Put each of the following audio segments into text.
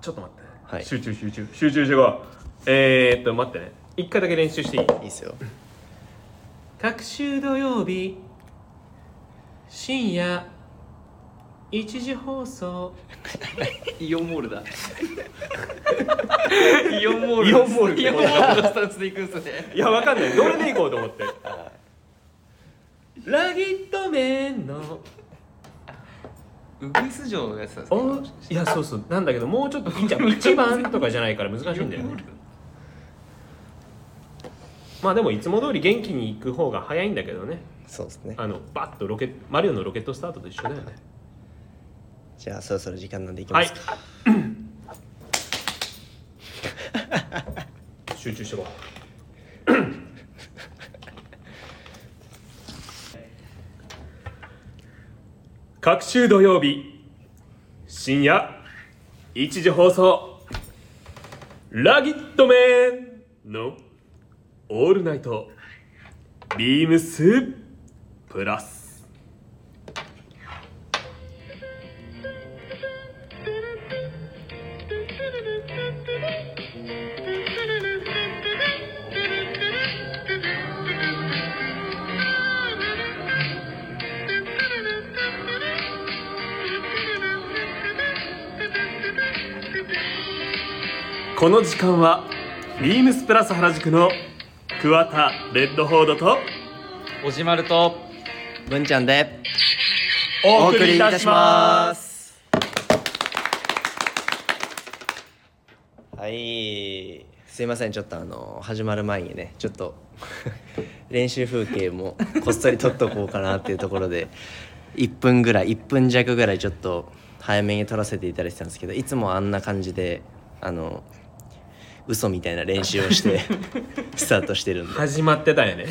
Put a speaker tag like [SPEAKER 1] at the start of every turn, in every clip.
[SPEAKER 1] ちょっと待って、
[SPEAKER 2] はい
[SPEAKER 1] 集中集中集中してこうえー、っと待ってね一回だけ練習していい
[SPEAKER 2] いいっすよ
[SPEAKER 1] 各週土曜日深夜1時放送
[SPEAKER 3] イオンモール だイオンモール
[SPEAKER 1] イオンモール
[SPEAKER 3] イオンモールのスタンスで行くんですね
[SPEAKER 1] いやわかんないどれでいこうと思ってラギット麺の
[SPEAKER 3] ウグイス城のやつなんですか
[SPEAKER 1] おいやそうそうなんだけどもうちょっといいじゃ ん1番とかじゃないから難しいんだよねまあでもいつも通り元気に行く方が早いんだけどね
[SPEAKER 2] そうですね
[SPEAKER 1] あのバッとロケマリオのロケットスタートと一緒だよね
[SPEAKER 2] じゃあそろそろ時間なんでいき
[SPEAKER 1] は
[SPEAKER 2] ま
[SPEAKER 1] い
[SPEAKER 2] すか、
[SPEAKER 1] 集中してこう 各週土曜日深夜1時放送「ラギットメン」の「オールナイト」ビームスプラスこの時間はビームスプラス原宿の桑田レッドフォードと
[SPEAKER 3] おじまると
[SPEAKER 2] 文ちゃんで
[SPEAKER 1] お
[SPEAKER 2] お
[SPEAKER 1] 送
[SPEAKER 2] 送
[SPEAKER 1] り
[SPEAKER 2] り
[SPEAKER 1] い
[SPEAKER 2] い
[SPEAKER 1] た
[SPEAKER 2] た
[SPEAKER 1] し
[SPEAKER 2] し
[SPEAKER 1] ま
[SPEAKER 2] ますすはいすいませんちょっとあの始まる前にねちょっと 練習風景もこっそり撮っとこうかなっていうところで1分ぐらい1分弱ぐらいちょっと早めに撮らせていただいてたんですけどいつもあんな感じであの嘘みたいな練習をして スタートしてるんで
[SPEAKER 1] 始まってた よね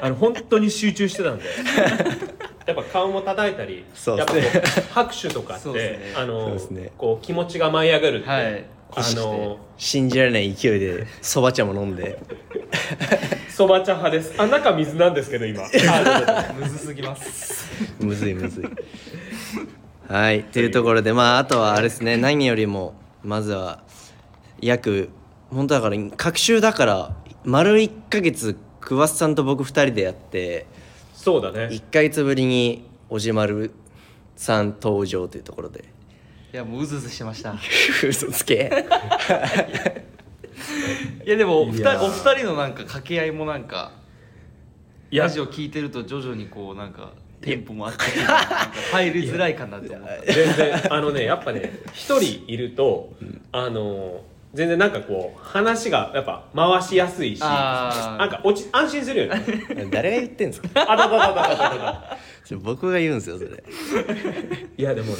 [SPEAKER 1] あの本当に集中してたんでやっぱ顔も叩いたり
[SPEAKER 2] そう
[SPEAKER 1] や
[SPEAKER 2] で
[SPEAKER 1] っ
[SPEAKER 2] す
[SPEAKER 1] ぱ
[SPEAKER 2] ね
[SPEAKER 1] こう拍手とかって、
[SPEAKER 3] そうですね
[SPEAKER 1] あ
[SPEAKER 2] そう
[SPEAKER 1] の
[SPEAKER 2] ですね
[SPEAKER 1] こう気持ちが舞い上がるって、
[SPEAKER 3] はい
[SPEAKER 1] あの
[SPEAKER 2] 信じられない勢いでそば茶も飲んで
[SPEAKER 1] そば茶派ですあ中水なんですけど今あどうぞ
[SPEAKER 3] むずすぎます
[SPEAKER 2] むずいむずいはいというところでまああとはあれですね何よりもまずは約本当だから隔週だから丸1ヶ月桑田さんと僕2人でやって
[SPEAKER 1] そうだね
[SPEAKER 2] 1ヶ月ぶりにおじまるさん登場というところで
[SPEAKER 3] いやもううずうずしてました
[SPEAKER 2] 嘘つけ
[SPEAKER 3] いやでもお二
[SPEAKER 1] い
[SPEAKER 3] 人
[SPEAKER 1] やー
[SPEAKER 3] お二人のなんか掛け合いもなんか
[SPEAKER 1] いや
[SPEAKER 3] ラジオ聞いてると徐々にこうなんかテンポもあってなんか入りづらいかなって思った
[SPEAKER 1] 全然あのねやっぱね一人いると、あの全然なんかこう話がやっぱ回しやすいし
[SPEAKER 3] あー
[SPEAKER 1] なんか落ち安心するよね
[SPEAKER 2] 誰が言ってんすか
[SPEAKER 1] あだだだだだだだ
[SPEAKER 2] それ僕が言うんですよそれ
[SPEAKER 1] いやでもね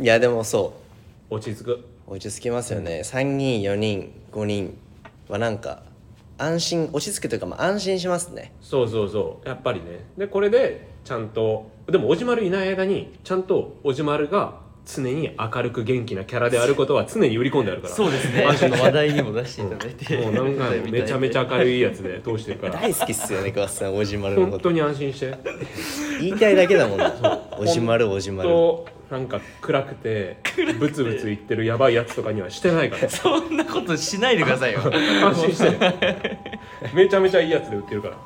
[SPEAKER 2] いやでもそう
[SPEAKER 1] 落ち着く
[SPEAKER 2] 落ち着きますよね、3人4人5人はなんか安心落ち着くというか、まあ、安心しますね
[SPEAKER 1] そうそうそうやっぱりねでこれでちゃんとでもおじまるいない間にちゃんとおじまるが常に明るく元気なキャラであることは常に売り込んであるから
[SPEAKER 3] そうですねマジの話題にも出していただい て、
[SPEAKER 1] もう何回もめちゃめちゃ明るいやつで通してるから
[SPEAKER 2] 大好きっすよね桑田さんおじまるのこ
[SPEAKER 1] 本
[SPEAKER 2] と
[SPEAKER 1] 当に安心して
[SPEAKER 2] 言いたいだけだもんねおじまるおじまる
[SPEAKER 1] となんか暗くてブツブツ言ってるやばいやつとかにはしてないから
[SPEAKER 3] そんなことしないでくだ さいよ
[SPEAKER 1] 安心してめちゃめちゃいいやつで売ってるからっ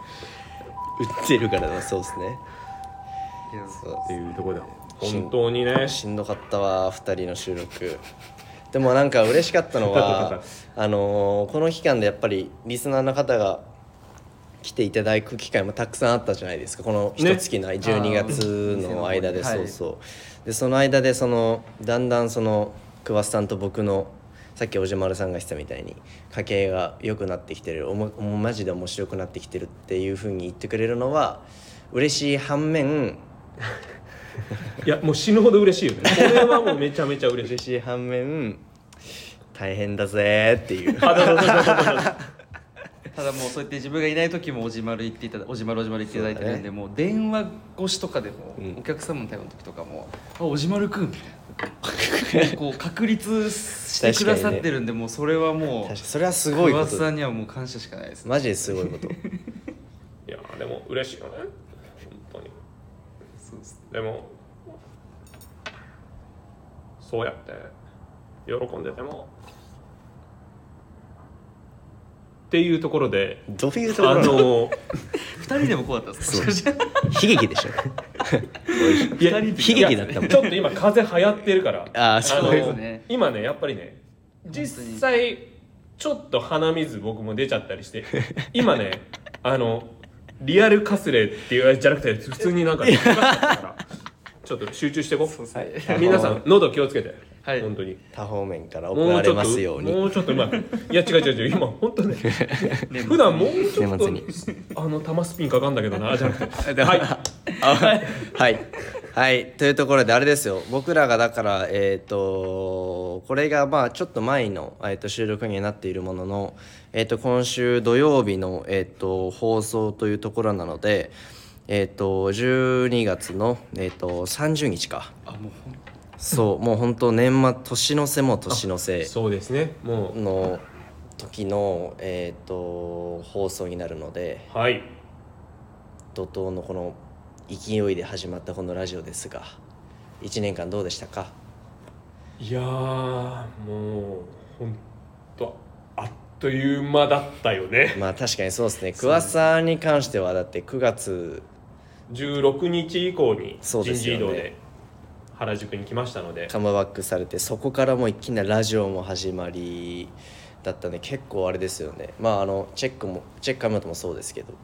[SPEAKER 2] 売ってるからなそうですねそう
[SPEAKER 1] ていうところで本当にね
[SPEAKER 2] しんどかったわ2人の収録でもなんか嬉しかった のはあのーこの期間でやっぱりリスナーの方が来ていただく機会もたくさんあったじゃないですかこの一月の12月の間で、
[SPEAKER 3] あー
[SPEAKER 2] そうそうでその間でそのだんだんその桑田さんと僕のさっきおじまるさんが言ってたみたいに家計が良くなってきてるおももうマジで面白くなってきてるっていうふうに言ってくれるのは嬉しい反面
[SPEAKER 1] いやもう死ぬほど嬉しいよねこれはもうめちゃめちゃ嬉しい
[SPEAKER 2] 嬉しい反面大変だぜーっていう
[SPEAKER 3] ただもうそうやって自分がいない時もおじまる言っていただおじまるおじまる言っていただいてるん
[SPEAKER 2] そう
[SPEAKER 3] で
[SPEAKER 2] だ
[SPEAKER 3] もう電話越しとかでも、お客様の対応の時とかも「あおじまるくん」みたいなこう確立してくださってるんで、もうそれはも
[SPEAKER 2] 確かに
[SPEAKER 3] う
[SPEAKER 2] それはすごいこ
[SPEAKER 3] 桑田さ
[SPEAKER 2] と
[SPEAKER 3] んにはもう感謝しかないですね
[SPEAKER 2] マジですごいこと
[SPEAKER 1] いやでも嬉しいよね本当に
[SPEAKER 3] そうです
[SPEAKER 1] でもそうやって喜んでてもっていうところで
[SPEAKER 2] どういうとこ
[SPEAKER 1] あ
[SPEAKER 2] ろの
[SPEAKER 1] の
[SPEAKER 3] 二人でもこうだったんですか
[SPEAKER 2] そ悲劇でしょ
[SPEAKER 1] いや
[SPEAKER 3] 二人
[SPEAKER 2] 悲劇だったもん
[SPEAKER 1] ちょっと今風邪流行ってるから
[SPEAKER 2] あーそうです
[SPEAKER 3] ね
[SPEAKER 1] あの今ねやっぱりね実際ちょっと鼻水僕も出ちゃったりして今ねあのリアルカスレっていうやつじゃなくて普通になんか ねおかしかったからちょっと集中していこう
[SPEAKER 2] はい
[SPEAKER 1] 皆さん喉気をつけて、
[SPEAKER 3] はい
[SPEAKER 1] 本当に
[SPEAKER 2] 多方面から怒
[SPEAKER 1] も
[SPEAKER 2] ら
[SPEAKER 1] うち
[SPEAKER 2] れ
[SPEAKER 1] ょっ
[SPEAKER 2] ま
[SPEAKER 1] と
[SPEAKER 2] すように
[SPEAKER 1] もうちょっとうま くいや違う違う違う今本当ね普段もうちょっ
[SPEAKER 2] 年
[SPEAKER 1] と
[SPEAKER 2] 末に
[SPEAKER 1] あの玉スピンかかんだけどなじゃな くては
[SPEAKER 2] はいいはい、はい、というところであれですよ僕らがだからえっ、とこれがまあちょっと前の、えー、と収録になっているものの、えー、と今週土曜日の、えー、と放送というところなので、えー、と12月の、えー、と30日か
[SPEAKER 3] あもうほん
[SPEAKER 2] そうもう本当年末年の瀬も年の瀬
[SPEAKER 1] そうですねもう
[SPEAKER 2] の時の、えー、と放送になるので
[SPEAKER 1] はい
[SPEAKER 2] 怒涛のこの勢いで始まったこのラジオですが1年間どうでしたか
[SPEAKER 1] いやーもうほんとあっという間だったよね
[SPEAKER 2] まあ確かにそうですね桑さんに関してはだって9月
[SPEAKER 1] 16日以降に
[SPEAKER 2] そ
[SPEAKER 1] 人
[SPEAKER 2] うです
[SPEAKER 1] 事
[SPEAKER 2] よ
[SPEAKER 1] 異
[SPEAKER 2] ね
[SPEAKER 1] 動で原宿に来ましたので
[SPEAKER 2] カムバックされてそこからもういきなりラジオも始まりだったんで結構あれですよねまああのチェックもチェックカムトもそうですけど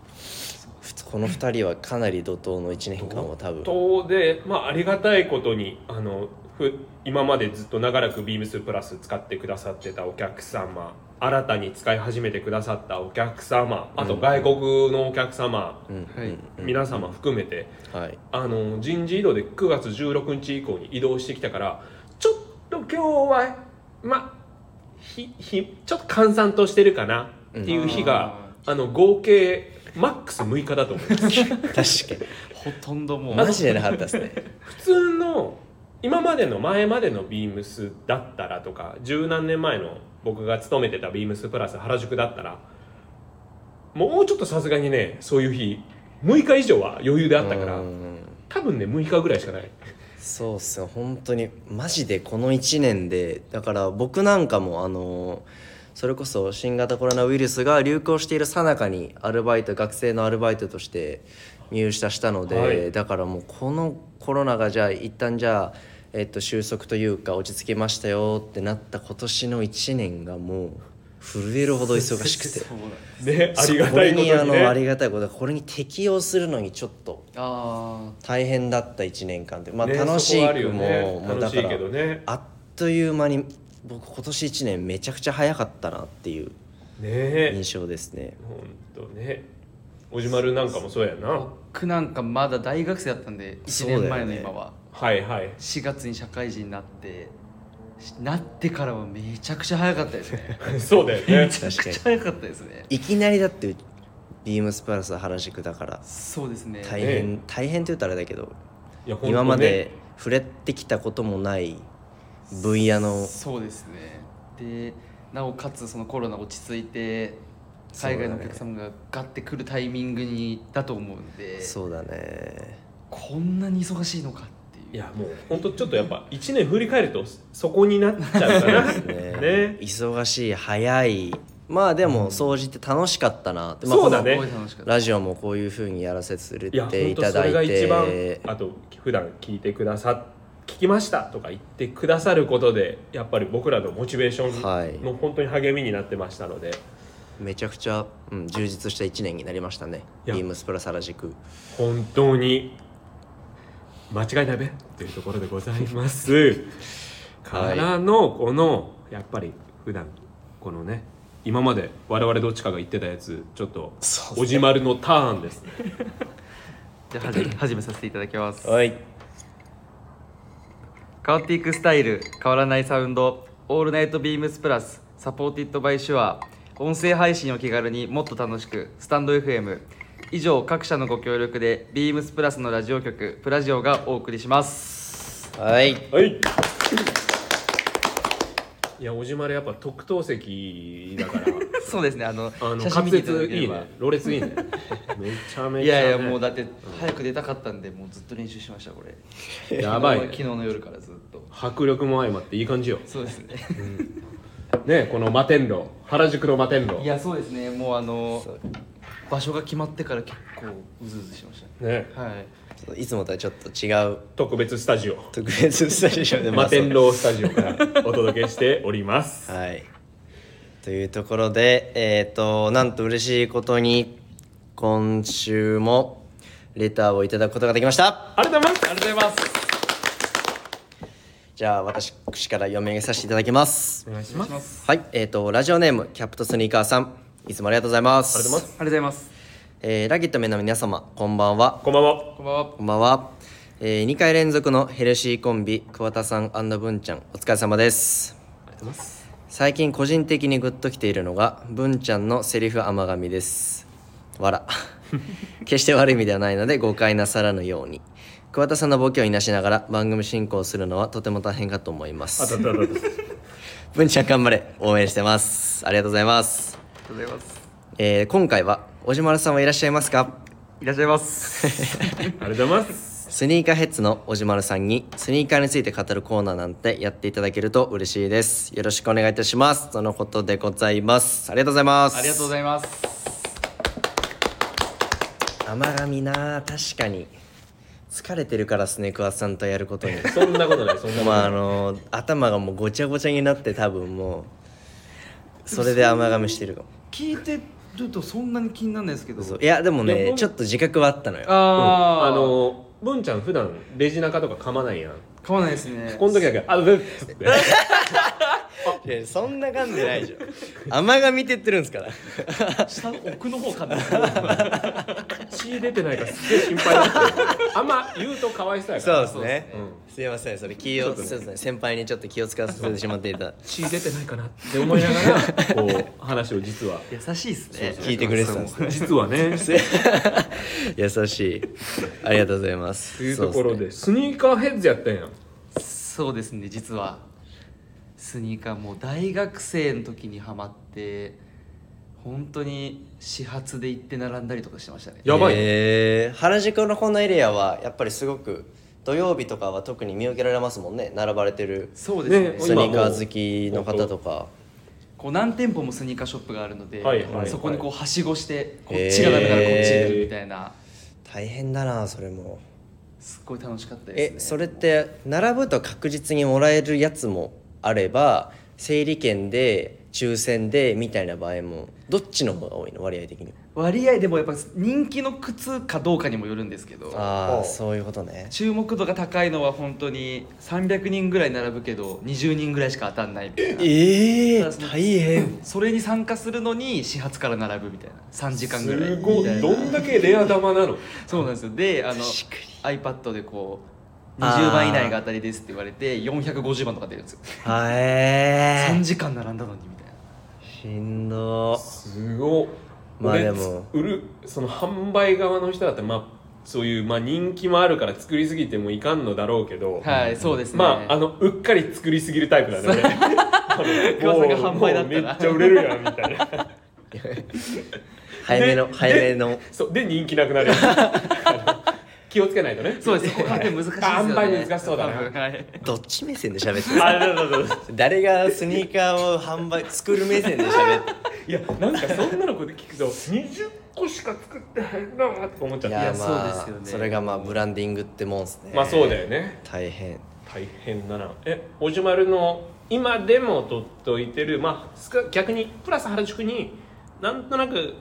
[SPEAKER 2] ふつこの2人はかなり怒涛の1年間を多分
[SPEAKER 1] とでまあありがたいことにあのふ今までずっと長らくビームスプラス使ってくださってたお客様新たに使い始めてくださったお客様あと外国のお客様、
[SPEAKER 2] うん
[SPEAKER 3] はい
[SPEAKER 1] 皆様含めて
[SPEAKER 2] はい
[SPEAKER 1] あの人事異動で9月16日以降に移動してきたからちょっと今日はまひひちょっと閑散としてるかなっていう日が、あの合計マックス6日だと思います
[SPEAKER 2] 確かに
[SPEAKER 3] ほとんどもう
[SPEAKER 2] マジでなかったですね
[SPEAKER 1] 普通の今までの前までのビームスだったらとか十何年前の僕が勤めてたビームスプラス原宿だったらもうちょっとさすがにねそういう日6日以上は余裕であったから
[SPEAKER 2] うん
[SPEAKER 1] 多分ね6日ぐらいしかない。
[SPEAKER 2] そうっすよ本当にマジでこの1年でだから僕なんかもあのそれこそ新型コロナウイルスが流行している最中にアルバイト学生のアルバイトとして入社したので、
[SPEAKER 1] はい
[SPEAKER 2] だからもうこのコロナがじゃあ一旦じゃあ、えっと、収束というか落ち着きましたよってなった今年の1年がもう震えるほど忙しくて
[SPEAKER 3] そうだね
[SPEAKER 1] ね、 ありがたいことに、ね、
[SPEAKER 2] これにあのありがたいことこれに適応するのにちょっと
[SPEAKER 3] あ
[SPEAKER 2] 大変だった1年間で、まあ、
[SPEAKER 1] ね
[SPEAKER 2] 楽し
[SPEAKER 1] そ
[SPEAKER 2] い
[SPEAKER 1] こはあ
[SPEAKER 2] く
[SPEAKER 1] るよ
[SPEAKER 2] も,、
[SPEAKER 1] ね、
[SPEAKER 2] もう
[SPEAKER 1] 楽
[SPEAKER 2] だ
[SPEAKER 1] し
[SPEAKER 2] か
[SPEAKER 1] い
[SPEAKER 2] ら
[SPEAKER 1] けどね
[SPEAKER 2] あっという間に僕今年1年めちゃくちゃ早かったなっていう
[SPEAKER 1] ね
[SPEAKER 2] 印象ですね
[SPEAKER 1] ほんとねおじまるなんかもそうやな
[SPEAKER 3] あ僕なんかまだ大学生だったんで1年前の今は、
[SPEAKER 1] はいはい
[SPEAKER 3] 4月に社会人になってしなってからはめちゃくちゃ早かったですね
[SPEAKER 1] そうだよ
[SPEAKER 3] め
[SPEAKER 1] ね
[SPEAKER 3] ちゃくちゃ早かったですね
[SPEAKER 2] いきなりだってビームスプラス原宿だから
[SPEAKER 3] そうですね
[SPEAKER 2] 大
[SPEAKER 1] え
[SPEAKER 2] 変大変って言ったらあれだけど
[SPEAKER 1] いやほんとね
[SPEAKER 2] 今まで触れてきたこともない分野の
[SPEAKER 3] そうですねでなおかつそのコロナ落ち着いて海外のお客様がガッて来るタイミングにだと思うんで
[SPEAKER 2] そうだね
[SPEAKER 3] こんなに忙しいのかっていう
[SPEAKER 1] いやもうほんとちょっとやっぱ1年振り返るとそこになっちゃうかな
[SPEAKER 2] ね
[SPEAKER 1] ね
[SPEAKER 2] 忙しい早いまあでも掃除って楽しかったなって、まあ
[SPEAKER 1] そうだね
[SPEAKER 3] すごい楽しかった
[SPEAKER 2] ラジオもこういうふうにやらせ
[SPEAKER 1] いやほ
[SPEAKER 2] て
[SPEAKER 1] ん
[SPEAKER 2] い
[SPEAKER 1] と
[SPEAKER 2] た
[SPEAKER 1] そ
[SPEAKER 2] だ
[SPEAKER 1] れが
[SPEAKER 2] い
[SPEAKER 1] 一番
[SPEAKER 2] て
[SPEAKER 1] あと普段聞いてくださ聞きましたとか言ってくださることでやっぱり僕らのモチベーシ
[SPEAKER 2] はい
[SPEAKER 1] ョンの本当に励みになってましたので、
[SPEAKER 2] めちゃくちゃ、うん、充実した1年になりましたね
[SPEAKER 1] いや
[SPEAKER 2] ビームスプラス原宿
[SPEAKER 1] 本当に間違いないべというところでございますからのこのやっぱり普段このね今まで我々どっちかが言ってたやつちょっと
[SPEAKER 2] そうっすね
[SPEAKER 1] おじまるのターンですね
[SPEAKER 3] じゃあはじ始めさせていただきます
[SPEAKER 2] はい
[SPEAKER 3] 変わっていくスタイル変わらないサウンドオールナイトビームスプラスサポーティッドバイシュア音声配信を気軽にもっと楽しくスタンド FM 以上各社のご協力でビームスプラスのラジオ局プラジオがお送りします
[SPEAKER 2] はい
[SPEAKER 1] はいいやおじまるやっぱ特等席だから
[SPEAKER 3] そうですねあの
[SPEAKER 1] あの
[SPEAKER 3] 写
[SPEAKER 1] 滑
[SPEAKER 3] 真見ていただ
[SPEAKER 1] 舌
[SPEAKER 3] け
[SPEAKER 1] い
[SPEAKER 3] れ
[SPEAKER 1] い
[SPEAKER 3] ば
[SPEAKER 1] ねろれついいねめちゃめ
[SPEAKER 3] い
[SPEAKER 1] ちゃ、ね、
[SPEAKER 3] やいやもうだって早く出たかったんでもうずっと練習しましたこ れ
[SPEAKER 1] やばいね
[SPEAKER 3] 昨日の夜からずっと
[SPEAKER 1] 迫力も相まっていい感じよ
[SPEAKER 3] そうで すね
[SPEAKER 1] ねこの摩天楼原宿の摩天楼
[SPEAKER 3] いやそうですねもうあの場所が決まってから結構うずうずしまし
[SPEAKER 1] ね
[SPEAKER 3] たねはい
[SPEAKER 2] ちょっといつもとはちょっと違う
[SPEAKER 1] 特別スタジオ
[SPEAKER 2] 特別スタジ オで
[SPEAKER 1] 摩天
[SPEAKER 2] ま
[SPEAKER 1] 楼スタジオからお届けしております
[SPEAKER 2] あそうはいというところでえっ、となんと嬉しいことに今週もレターをいただくことができました
[SPEAKER 1] ありがとうございま
[SPEAKER 3] ありがとうございます
[SPEAKER 2] じゃあ私から読み上げさせていただきます
[SPEAKER 1] すお願いしますあり
[SPEAKER 2] はいえっ、とラジオネームキャプトスニーカーさんいつもありがとうございます
[SPEAKER 1] がとうございます
[SPEAKER 3] ありがとうございます
[SPEAKER 2] えーラギットメンの皆様こんばんは
[SPEAKER 1] こんばんは
[SPEAKER 3] こんばんは
[SPEAKER 2] こんばんは、え2回連続のヘルシーコンビ桑田さん文ちゃんお疲れ様です最近個人的にグッときているのが文ちゃんのセリフ甘噛みですわら 決して悪い意味ではないので誤解なさらぬように桑田さんのボケをいなしながら番組進行するのはとても大変かと思いま
[SPEAKER 1] あた
[SPEAKER 2] す
[SPEAKER 1] ったあたっ
[SPEAKER 2] 文ちゃん頑張れ応援してますありがとうございます、
[SPEAKER 3] ありがとうございます
[SPEAKER 2] えー今回はおじまるさんはいらっしゃいますか
[SPEAKER 3] いらっしゃいます
[SPEAKER 1] たありがとうございます
[SPEAKER 2] スニーカーヘッズのおじまるさんにスニーカーについて語るコーナーなんてやっていただけると嬉しいです。よろしくお願いいたします。とのことでございます。ありがとうございます。
[SPEAKER 3] ありがとうご
[SPEAKER 2] い
[SPEAKER 3] ざいます
[SPEAKER 2] ます。甘噛みなあ確かに。疲れてるからスネクワさんとやる ことに。
[SPEAKER 1] そんなことないそんなことない
[SPEAKER 2] まああの頭がもうごちゃごちゃになって多分もうそれで甘噛みしてるかも。
[SPEAKER 3] 聞いてるとそんなに気にならないですけど
[SPEAKER 2] そういやでも
[SPEAKER 1] いや
[SPEAKER 2] ね
[SPEAKER 1] 僕
[SPEAKER 2] ちょっと自覚はあったのよ。
[SPEAKER 1] あ
[SPEAKER 3] あー、
[SPEAKER 1] の文ちゃん普段レジ中とか噛まないやん
[SPEAKER 3] 買わないですね
[SPEAKER 1] この時だけ「あっ!」って
[SPEAKER 2] いやそんな噛んでないじゃん。 甘噛みって言ってるんですから。
[SPEAKER 3] 下の奥の方 かな
[SPEAKER 1] 血出てないからすげえ心配だってあんま言うとかわいそうやか
[SPEAKER 2] そう
[SPEAKER 1] ら
[SPEAKER 2] ですね。すいません、それ気を、そうですね、先輩にちょっと気を使わせてしまっていた。
[SPEAKER 1] 血出てないかなって思いながら こう話を実は
[SPEAKER 3] 優しいですね
[SPEAKER 2] 聞いてくれてたんですね。
[SPEAKER 1] 実 はね
[SPEAKER 2] 優しい。ありがとうございます。
[SPEAKER 1] というとこ
[SPEAKER 2] そう
[SPEAKER 1] ろ
[SPEAKER 2] ですね
[SPEAKER 1] でスニーカーヘッズやったんやん
[SPEAKER 3] そうですね実はスニーカーもう大学生の時にハマって本当に始発で行って並んだりとかしてましたね
[SPEAKER 1] やばい
[SPEAKER 2] えー原宿のこのエリアは、やっぱりすごく。土曜日とかは特に見受けられますもんね、並ばれてる。
[SPEAKER 3] そうですね
[SPEAKER 1] ね
[SPEAKER 2] スニーカー好きの方とか。
[SPEAKER 3] こう何店舗もスニーカーショップがあるので、
[SPEAKER 1] はいはいはい
[SPEAKER 3] そこにこうはしごしてこっちがダメならこっち行くみたいな、
[SPEAKER 2] 大変だな、それも。
[SPEAKER 3] すっごい楽しかったですね
[SPEAKER 2] え、それって、並ぶと確実にもらえるやつもあれば。整理券で、抽選でみたいな場合も、どっちの方が多いの、割合的には。
[SPEAKER 3] 割合でもやっぱ人気の靴かどうかにもよるんですけど
[SPEAKER 2] あ
[SPEAKER 1] お
[SPEAKER 2] あそういうことね
[SPEAKER 3] 注目度が高いのは本当に300人ぐらい並ぶけど20人ぐらいしか当たんないみたいな
[SPEAKER 2] え
[SPEAKER 3] ただそのそれに参加するのに始発から並ぶみたいな3時間ぐらい
[SPEAKER 1] す
[SPEAKER 3] み
[SPEAKER 1] ご
[SPEAKER 3] たい
[SPEAKER 1] い
[SPEAKER 3] な
[SPEAKER 1] どんだけレア玉なの
[SPEAKER 3] そうなんですよであの iPad でこう20番以内が当たりですって言われて450番とか出るんですよ
[SPEAKER 2] はえ
[SPEAKER 3] 3時間並んだのにみたいな
[SPEAKER 2] しんど
[SPEAKER 1] すごっ
[SPEAKER 2] まあ
[SPEAKER 1] 俺
[SPEAKER 2] でも
[SPEAKER 1] 売るその販売側の人だったらまあそういうまあ人気もあるから作りすぎてもいかんのだろうけど、
[SPEAKER 3] はいそうですね
[SPEAKER 1] まああのうっかり作りすぎるタイプだね俺あの
[SPEAKER 3] 噂が販売だったら
[SPEAKER 1] もうめっちゃ売れるやんみたいな
[SPEAKER 2] 早めの
[SPEAKER 1] で
[SPEAKER 2] 早めの
[SPEAKER 1] そうで人気なく なるあの気をつけないとね
[SPEAKER 3] そうです ここって難しいですよね
[SPEAKER 1] あんまり難しそうだな
[SPEAKER 3] 多分はい
[SPEAKER 2] どっち目線で喋ってる
[SPEAKER 1] あそうそうそう
[SPEAKER 2] 誰がスニーカーを販売作る目線で喋って
[SPEAKER 1] いやなんかそんなのこで聞くと20個しか作ってないんだわって思っちゃ
[SPEAKER 2] る
[SPEAKER 1] っ
[SPEAKER 2] い
[SPEAKER 1] た
[SPEAKER 2] や
[SPEAKER 3] いや
[SPEAKER 2] まあ
[SPEAKER 3] そうですよね
[SPEAKER 2] それがまあブランディングってもんですね
[SPEAKER 1] まあそうだよね
[SPEAKER 2] 大変
[SPEAKER 1] 大変だなえおじまるの今でもとっといてるまあすか逆にプラス原宿になんとなく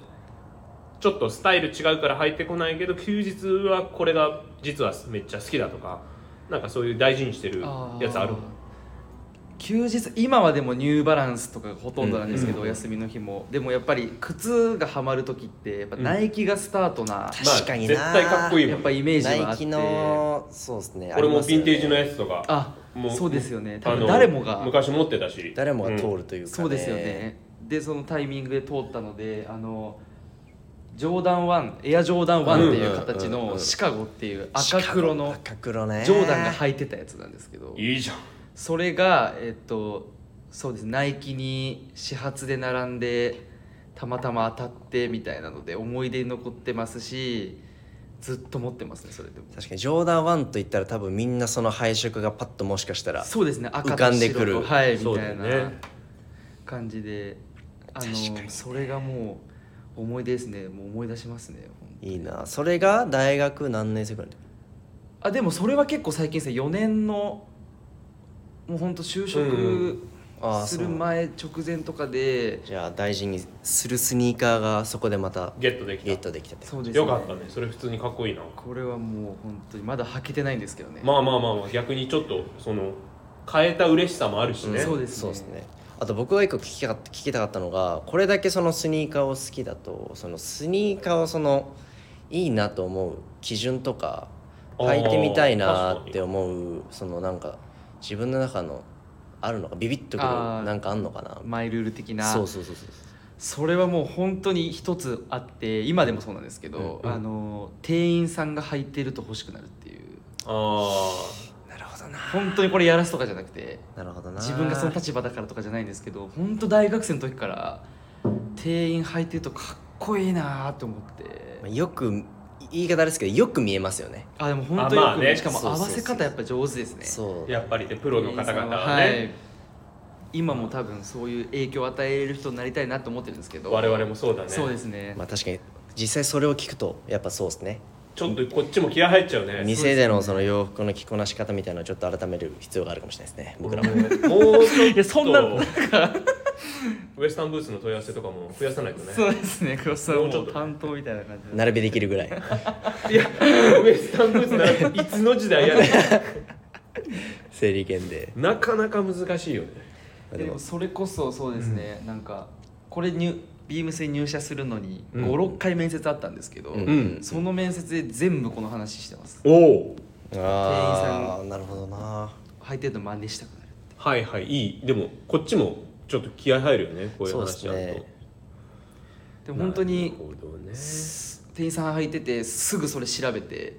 [SPEAKER 1] ちょっとスタイル違うから入ってこないけど休日はこれが実はめっちゃ好きだとかなんかそういう大事にしてるやつある
[SPEAKER 3] ー休日今はでもニューバランスとかがほとんどなんですけど、お休みの日もでもやっぱり靴がハマる時ってやっぱナイキがスタートな、
[SPEAKER 2] ん確かにな
[SPEAKER 1] まあ、絶対かっこいいも
[SPEAKER 3] やっ
[SPEAKER 1] ん
[SPEAKER 3] ぱイメージはあ
[SPEAKER 2] ナ
[SPEAKER 3] っ
[SPEAKER 2] イ
[SPEAKER 3] て
[SPEAKER 2] キのそうですね
[SPEAKER 1] 俺もヴ
[SPEAKER 2] あります
[SPEAKER 1] ィ
[SPEAKER 2] よね
[SPEAKER 1] ンテージのやつとか
[SPEAKER 3] あそうですよね多分
[SPEAKER 1] あの
[SPEAKER 3] 誰もが
[SPEAKER 1] 昔持ってたし
[SPEAKER 2] 誰もが
[SPEAKER 1] うん
[SPEAKER 2] 通るというか
[SPEAKER 3] そうですよねでそのタイミングで通ったのであのジョーダン1エアジョーダン1っていう形
[SPEAKER 2] うんうんうんう
[SPEAKER 3] の
[SPEAKER 2] ん
[SPEAKER 3] シカゴっていう赤黒の
[SPEAKER 2] 赤黒ね
[SPEAKER 3] ジョーダンが履いてたやつなんですけど
[SPEAKER 1] いいじゃん
[SPEAKER 3] それがえっとそうですナイキに始発で並んでたまたま当たってみたいなので思い出に残ってますしずっと持ってますねそれでも
[SPEAKER 2] 確かにジョーダン1と言ったら多分みんなその配色がパッともしかしたら
[SPEAKER 3] そうですね赤
[SPEAKER 2] 浮か
[SPEAKER 3] と
[SPEAKER 2] んで
[SPEAKER 3] 白
[SPEAKER 2] くる
[SPEAKER 3] とはい
[SPEAKER 1] そ
[SPEAKER 3] み
[SPEAKER 1] う
[SPEAKER 3] た
[SPEAKER 1] だよ
[SPEAKER 3] い
[SPEAKER 1] ね
[SPEAKER 3] な感じであの
[SPEAKER 2] 確かに
[SPEAKER 3] それがもう思い出ですねもう思い出しますねほんと
[SPEAKER 2] いいなそれが大学何年生ぐらいの時
[SPEAKER 3] あでもそれは結構最近ですね4年のもうほんと就
[SPEAKER 1] うん
[SPEAKER 3] 職
[SPEAKER 2] あー
[SPEAKER 3] する前直前とかで
[SPEAKER 2] じゃあ大事にするスニーカーがそこでまた
[SPEAKER 1] ゲットできた
[SPEAKER 2] ゲットできたって
[SPEAKER 3] そうですね
[SPEAKER 1] よかったねそれ普通にかっこいいな
[SPEAKER 3] これはもう本当にまだ履けてないんですけどね、
[SPEAKER 1] まあまあまあまあ逆にちょっとその変えた嬉しさもあるしね、
[SPEAKER 3] そうですね
[SPEAKER 2] そうですねあと僕が一個聞きたかった聞きたかったのがこれだけそのスニーカーを好きだとそのスニーカーをそのいいなと思う基準とか
[SPEAKER 1] あー
[SPEAKER 2] 履いてみたいな
[SPEAKER 1] 確か
[SPEAKER 2] っ
[SPEAKER 1] に
[SPEAKER 2] て思うそのなんか自分の中のあるのかビビッとくる
[SPEAKER 3] あー
[SPEAKER 2] なんかあんのかな
[SPEAKER 3] マイルール的な
[SPEAKER 2] そうそうそうそう
[SPEAKER 3] それはもう本当に一つあって今でもそうなんですけど、
[SPEAKER 1] うんうん
[SPEAKER 3] あの店員さんが履いてると欲しくなるっていう
[SPEAKER 1] あ
[SPEAKER 2] なるほどな
[SPEAKER 3] 本当にこれやらすとかじゃなくて
[SPEAKER 2] なるほどな
[SPEAKER 3] 自分がその立場だからとかじゃないんですけど本当大学生の時から店員履いてるとかっこいいなーって思って
[SPEAKER 2] まあよく言い方ですけどよく見えますよね
[SPEAKER 3] あでも本当によ
[SPEAKER 1] あ
[SPEAKER 3] く、
[SPEAKER 1] まあね
[SPEAKER 3] しかも
[SPEAKER 2] そうそう
[SPEAKER 3] 合
[SPEAKER 2] そう
[SPEAKER 3] わせ方やっぱ上手ですね
[SPEAKER 2] そ
[SPEAKER 1] あ
[SPEAKER 2] う
[SPEAKER 1] やっぱりねプロの方々は
[SPEAKER 3] は
[SPEAKER 1] ね
[SPEAKER 3] い、今も多分そういう影響を与える人になりたいなと思ってるんですけど
[SPEAKER 1] 我々もそうだね
[SPEAKER 3] そうですね、
[SPEAKER 2] まあ確かに実際それを聞くとやっぱそうですね
[SPEAKER 1] ちょっとこっちも気合入っちゃうね
[SPEAKER 2] 未成年のその洋服の着こなし方みたいなのをちょっと改める必要があるかもしれないですね僕らも
[SPEAKER 1] もうもうちょっ
[SPEAKER 3] い
[SPEAKER 1] と
[SPEAKER 3] やそんな
[SPEAKER 1] ウエスタンブーツの問い合わせとかも増やさないとね
[SPEAKER 3] そうですね黒沢
[SPEAKER 1] もうち
[SPEAKER 3] さ
[SPEAKER 1] ょ
[SPEAKER 3] ん
[SPEAKER 1] っと
[SPEAKER 3] も担当みたいな感じで
[SPEAKER 2] 並べできるぐらい
[SPEAKER 1] いやウエスタンブーツならいつの時代やね
[SPEAKER 2] 整理券で
[SPEAKER 1] んなかなか難しいよね
[SPEAKER 2] まあ
[SPEAKER 3] で
[SPEAKER 2] でも
[SPEAKER 3] もそれこそそうですね、なんかこれにビームスに入社するのに
[SPEAKER 1] うん
[SPEAKER 3] 56回面接あったんですけど、
[SPEAKER 2] う
[SPEAKER 1] ん
[SPEAKER 2] ん
[SPEAKER 3] その面接で全部この話してます
[SPEAKER 1] おお
[SPEAKER 2] ああなるほどな
[SPEAKER 3] 履いてると真似したくなる
[SPEAKER 1] はいはいいいでもこっちもちょっと気合入るよねこういう話や
[SPEAKER 2] そうです
[SPEAKER 1] る
[SPEAKER 2] ね
[SPEAKER 3] で
[SPEAKER 1] と
[SPEAKER 3] も本当に
[SPEAKER 1] なるほどね
[SPEAKER 3] 店員さん履いててすぐそれ調べて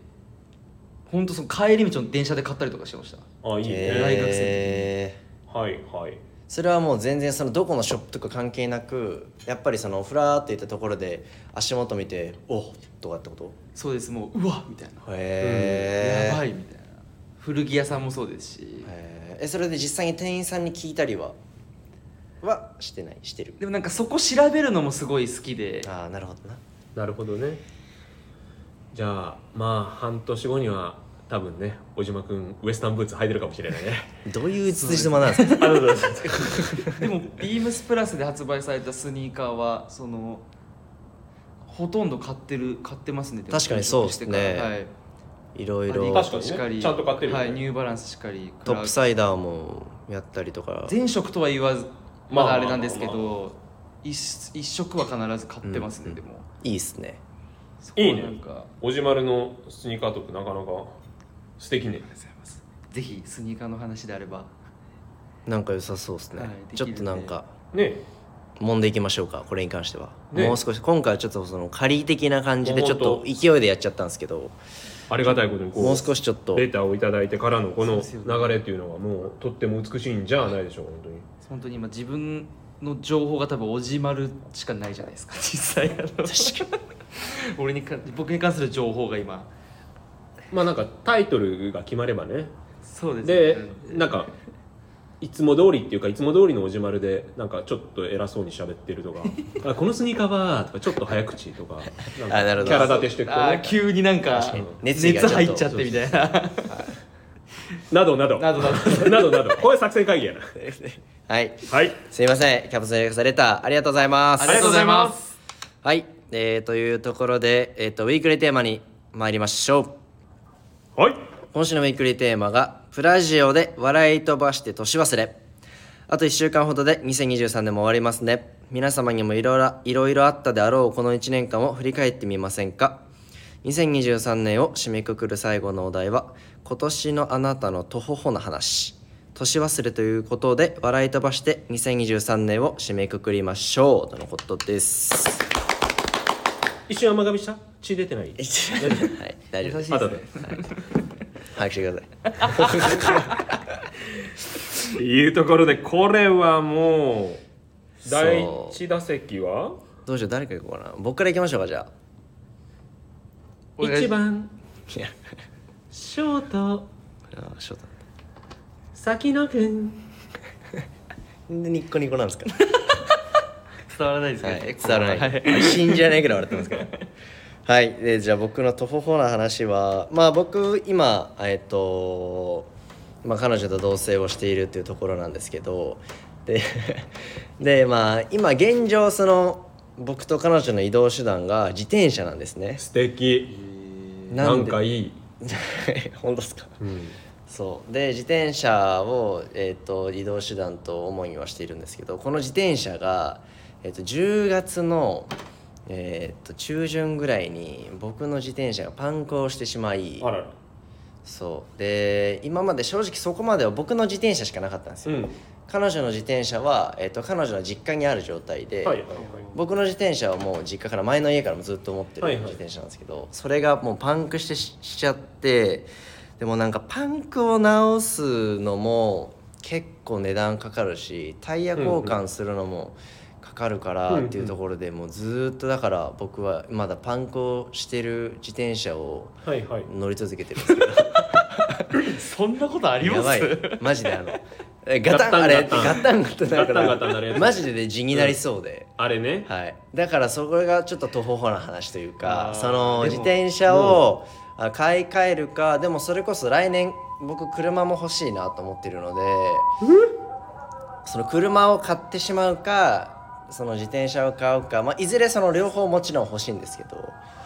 [SPEAKER 3] 本当その帰り道の電車で買ったりとかしてました
[SPEAKER 1] あいいね、
[SPEAKER 3] 大学
[SPEAKER 2] えー
[SPEAKER 1] はいはい
[SPEAKER 2] それはもう全然そのどこのショップとか関係なくやっぱりそのフラーっていったところで足元見て「おっ!」とかってこと
[SPEAKER 3] そうですもううわみたいな、
[SPEAKER 2] へえ、
[SPEAKER 3] やばいみたいな古着屋さんもそうですし、
[SPEAKER 2] へーえそれで実際に店員さんに聞いたりははしてないしてる
[SPEAKER 3] でもなんかそこ調べるのもすごい好きで
[SPEAKER 2] ああなるほどな
[SPEAKER 1] なるほどねじゃあまあ半年後には多分ね小島くんウエスタンブーツ履いてるかもしれないね
[SPEAKER 2] どういうつじつまなんですか
[SPEAKER 1] あどうぞどうぞ
[SPEAKER 3] でもビームスプラスで発売されたスニーカーはそのほとんど買ってる買ってますねでも
[SPEAKER 2] 確かにそうですね
[SPEAKER 3] 転職してからはい
[SPEAKER 2] いろい
[SPEAKER 3] アディ
[SPEAKER 2] ろ
[SPEAKER 3] ダ
[SPEAKER 1] 確
[SPEAKER 3] ス
[SPEAKER 1] かにね
[SPEAKER 3] しかり
[SPEAKER 1] ちゃんと買ってるよね
[SPEAKER 3] はいニューバランスしかり
[SPEAKER 2] トップサイダーもやったりとか
[SPEAKER 3] 全色とは言わず
[SPEAKER 1] ま
[SPEAKER 3] ま
[SPEAKER 1] あ
[SPEAKER 3] だあれなんですけ
[SPEAKER 1] まあ
[SPEAKER 3] ど一一色は必ず買ってますね、
[SPEAKER 2] うん
[SPEAKER 3] でも
[SPEAKER 2] いいっすね
[SPEAKER 3] そこはい
[SPEAKER 1] いね
[SPEAKER 3] なんか
[SPEAKER 1] 小島るのスニーカートップなかなか素敵ね
[SPEAKER 3] ぜひスニーカーの話であれば
[SPEAKER 2] なんか良さそうですね、
[SPEAKER 3] はいでき
[SPEAKER 2] ち
[SPEAKER 3] る
[SPEAKER 2] ょっ
[SPEAKER 3] んで
[SPEAKER 2] となんか
[SPEAKER 1] ね
[SPEAKER 2] 揉んでいきましょうかこれに関しては、
[SPEAKER 1] ね
[SPEAKER 2] もう少し今回はちょっとその仮的な感じで
[SPEAKER 1] もう
[SPEAKER 2] ち
[SPEAKER 1] ほ
[SPEAKER 2] ょっ
[SPEAKER 1] ん
[SPEAKER 2] と
[SPEAKER 1] と
[SPEAKER 2] 勢いでやっちゃったんですけど
[SPEAKER 1] ありがたいことにこう
[SPEAKER 2] もう少しちょっと
[SPEAKER 1] レターをいただいてからのこ
[SPEAKER 3] そう
[SPEAKER 1] の
[SPEAKER 3] ですよね
[SPEAKER 1] 流れっていうのはもうとっても美しいんじゃないでしょう本当に
[SPEAKER 3] 本当に今自分の情報が多分おじまるしかないじゃないです か実際あの俺にか僕に関する情報が今
[SPEAKER 1] まあなんかタイトルが決まればね
[SPEAKER 3] そうですね
[SPEAKER 1] で
[SPEAKER 3] うん
[SPEAKER 1] なんかいつも通りっていうかいつも通りのおじまるでなんかちょっと偉そうに喋ってるとか「あこのスニーカーは」とかちょっと早口とかなんか
[SPEAKER 2] あなるほ
[SPEAKER 1] キ
[SPEAKER 2] ど
[SPEAKER 1] ャラ立てしていくと
[SPEAKER 3] あー
[SPEAKER 1] ね
[SPEAKER 3] 急になんか
[SPEAKER 2] に熱
[SPEAKER 3] 熱
[SPEAKER 2] 意がちょっと
[SPEAKER 3] 入っちゃってみたいな
[SPEAKER 1] などなど
[SPEAKER 3] などなど
[SPEAKER 1] などなどこれ作戦会議やな
[SPEAKER 2] はい
[SPEAKER 1] はい
[SPEAKER 2] すいませんキャプセルエクサレターありがとうございます
[SPEAKER 1] ありがとうございます
[SPEAKER 2] はい、えー、というところで、えー、とウィークリーテーマに参りましょう
[SPEAKER 1] はい
[SPEAKER 2] 今週のウィークリーテーマが「プラジオで笑い飛ばして年忘れ」あと1週間ほどで2023年も終わりますね皆様にもいろいろいろいろあったであろうこの1年間を振り返ってみませんか2023年を締めくくる最後のお題は「今年のあなたのとほほな話」年忘れということで笑い飛ばして2023年を締めくくりましょうとのことです。
[SPEAKER 1] 一瞬甘噛みした血出てない
[SPEAKER 2] はい、大丈夫
[SPEAKER 3] 優
[SPEAKER 2] で
[SPEAKER 3] しい
[SPEAKER 2] す。
[SPEAKER 3] ですね
[SPEAKER 1] あ
[SPEAKER 2] 早くしてください。
[SPEAKER 1] いうところでこれはもう
[SPEAKER 2] そう
[SPEAKER 1] 第一打席は
[SPEAKER 2] どうしよう誰か行こうかな僕から行きましょうかじゃあ
[SPEAKER 3] お願いし
[SPEAKER 1] 1番
[SPEAKER 2] いや
[SPEAKER 1] ショート
[SPEAKER 2] あショート
[SPEAKER 1] 先野くん
[SPEAKER 2] なんでニッコニコなんですか、
[SPEAKER 3] 伝わらないですか
[SPEAKER 2] は
[SPEAKER 3] ね、
[SPEAKER 2] い、
[SPEAKER 3] ここ
[SPEAKER 2] 伝わら
[SPEAKER 3] は
[SPEAKER 2] ない信じられないぐらい笑ってますからはいでじゃあ僕のトホホな話はまあ僕今えっと、まあ、彼女と同棲をしているっていうところなんですけどで でまあ今現状その僕と彼女の移動手段が自転車なんですね
[SPEAKER 1] 素敵
[SPEAKER 2] なん
[SPEAKER 1] なん
[SPEAKER 2] で
[SPEAKER 1] かいい、
[SPEAKER 2] 本当ですか
[SPEAKER 1] うん、
[SPEAKER 2] そうで自転車を、えー、と移動手段と主にはしているんですけどこの自転車が、えー、と10月の、えー、と中旬ぐらいに僕の自転車がパンクをしてしまい
[SPEAKER 1] あらら
[SPEAKER 2] そうで今まで正直そこまでは僕の自転車しかなかったんです
[SPEAKER 1] う
[SPEAKER 2] よ、
[SPEAKER 1] ん
[SPEAKER 2] 彼女の自転車は、えー、と彼女の実家にある状態で、
[SPEAKER 1] はいはいはい
[SPEAKER 2] 僕の自転車はもう実家から前の家からもずっと持ってる
[SPEAKER 1] はい
[SPEAKER 2] 自
[SPEAKER 1] はい
[SPEAKER 2] 転車なんですけど、それがもうパンクしてししちゃってでもなんかパンクを直すのも結構値段かかるしタイヤ交換するのもかかるからっていうところで、もうずーっとだから僕はまだパンクをしてる自転車を
[SPEAKER 1] はいはい
[SPEAKER 2] 乗り続けてるんですけど
[SPEAKER 3] そんなことありま
[SPEAKER 2] や
[SPEAKER 3] す
[SPEAKER 2] ばいマジであのえガタ
[SPEAKER 1] ガ
[SPEAKER 2] ン
[SPEAKER 1] タン
[SPEAKER 2] あ
[SPEAKER 1] ガ
[SPEAKER 2] れ
[SPEAKER 1] タン
[SPEAKER 2] ガタンガタンなるから
[SPEAKER 1] ガタンガタンなるやつ
[SPEAKER 2] マジでね地になりそうで。
[SPEAKER 1] あれね
[SPEAKER 2] はい、だからそこがちょっと徒歩歩な話というか
[SPEAKER 3] あー
[SPEAKER 2] その
[SPEAKER 3] で
[SPEAKER 2] 自
[SPEAKER 3] も
[SPEAKER 2] 転車をあ買い替えるかでもそれこそ来年僕車も欲しいなと思ってるのでその車を買ってしまうかその自転車を買うか、まあ、いずれその両方もちろん欲しいんですけど、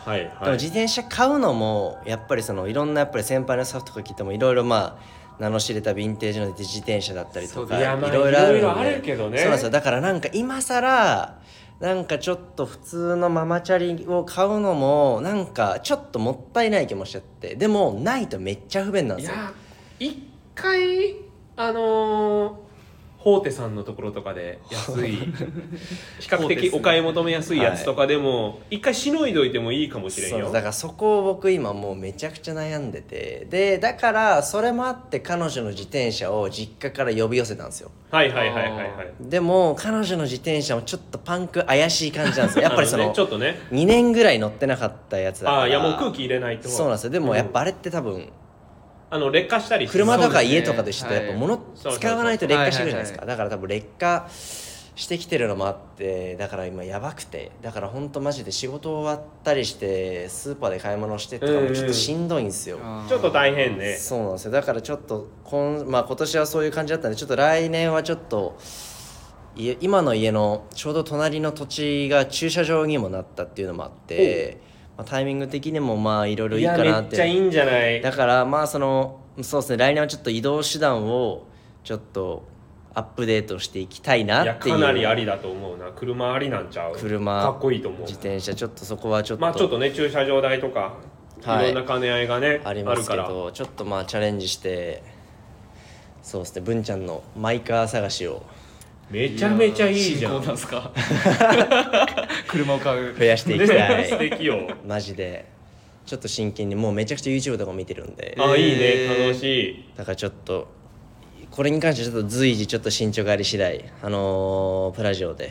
[SPEAKER 1] はい
[SPEAKER 2] でも
[SPEAKER 1] はい
[SPEAKER 2] 自転車買うのもやっぱりそのいろんなやっぱり先輩のスタッフとか聞いてもいろいろまあ名の知れたヴィンテージの自転車だったりと
[SPEAKER 3] そう
[SPEAKER 2] か
[SPEAKER 3] だ
[SPEAKER 2] い
[SPEAKER 3] い
[SPEAKER 1] やまあ
[SPEAKER 2] ろいろある
[SPEAKER 1] いろいろ
[SPEAKER 2] の
[SPEAKER 1] あ
[SPEAKER 2] で
[SPEAKER 1] るけどね
[SPEAKER 2] そうなんですよだからなんか今更なんかちょっと普通のママチャリを買うのもなんかちょっともったいない気もしちゃってでもないとめっちゃ不便なん
[SPEAKER 1] い
[SPEAKER 2] ですよ
[SPEAKER 1] や一回あのー、法テさんのところとかで 安い比較的お買い求めやすいやつとかでも一回しのいどいてもいいかもしれん
[SPEAKER 2] そ
[SPEAKER 1] よ
[SPEAKER 2] うだからそこを僕今もうめちゃくちゃ悩んでてでだからそれもあって彼女の自転車を実家から呼び寄せたんですよ
[SPEAKER 1] はいはいはいはいはい
[SPEAKER 2] でも彼女の自転車もちょっとパンク怪しい感じなん ですよやっぱりそ
[SPEAKER 1] あ
[SPEAKER 2] の
[SPEAKER 1] ねちょっとね
[SPEAKER 2] 2年ぐらい乗ってなかったやつだから
[SPEAKER 1] ああいやもう空気入れないと
[SPEAKER 2] そうなんですよでもやっぱあれって多分
[SPEAKER 1] あの劣化したりして
[SPEAKER 2] 車と
[SPEAKER 3] そう
[SPEAKER 2] か
[SPEAKER 3] ですね
[SPEAKER 2] 家とかと一緒でやっぱ物
[SPEAKER 1] はい
[SPEAKER 2] 使わないと劣化してくるじゃないですかだから多分劣化してきてるのもあってだから今やばくてだからほんとマジで仕事終わったりしてスーパーで買い物してとかもちょっとしんどいんですよ、
[SPEAKER 3] あー
[SPEAKER 1] ちょっと大変ね
[SPEAKER 2] そうなんですよだからちょっと今,、まあ、今年はそういう感じだったんでちょっと来年はちょっと家今の家のちょうど隣の土地が駐車場にもなったっていうのもあって、まあ、タイミング的にもまあいろいろい
[SPEAKER 1] い
[SPEAKER 2] い
[SPEAKER 1] や
[SPEAKER 2] か
[SPEAKER 1] め
[SPEAKER 2] な
[SPEAKER 1] っ
[SPEAKER 2] って
[SPEAKER 1] ちゃいいんじゃない
[SPEAKER 2] だからまあそのそうですね来年はちょっと移動手段をちょっとアップデートしていきたい
[SPEAKER 1] い
[SPEAKER 2] な
[SPEAKER 1] や
[SPEAKER 2] ってい
[SPEAKER 1] かなりあり
[SPEAKER 2] う
[SPEAKER 1] だと思うな車ありなんちゃう
[SPEAKER 2] 車
[SPEAKER 1] かっこいいと思う
[SPEAKER 2] 自転車ちょっとそこはちょっと,、
[SPEAKER 1] まあちょっとね駐車場代とか、
[SPEAKER 2] はい
[SPEAKER 1] い、ろんな兼ね合いがねあ
[SPEAKER 2] ありま
[SPEAKER 1] る
[SPEAKER 2] す
[SPEAKER 1] か
[SPEAKER 2] け
[SPEAKER 1] ら
[SPEAKER 2] どちょっとまあチャレンジしてそうですね文ちゃんのマイカー探しを
[SPEAKER 1] めちゃめちゃいいじゃ
[SPEAKER 3] 進
[SPEAKER 1] ん
[SPEAKER 3] 行なん すか車を買う
[SPEAKER 2] 増やしていきた
[SPEAKER 1] ね素
[SPEAKER 2] い
[SPEAKER 1] 敵よ
[SPEAKER 2] マジでちょっと真剣にもうめちゃくちゃ YouTube とかも見てるんで
[SPEAKER 1] あいいね
[SPEAKER 3] えー
[SPEAKER 1] 楽し
[SPEAKER 2] だからちょっとこれに関してちょっと随時ちょっと進捗あり次第あのープラジオで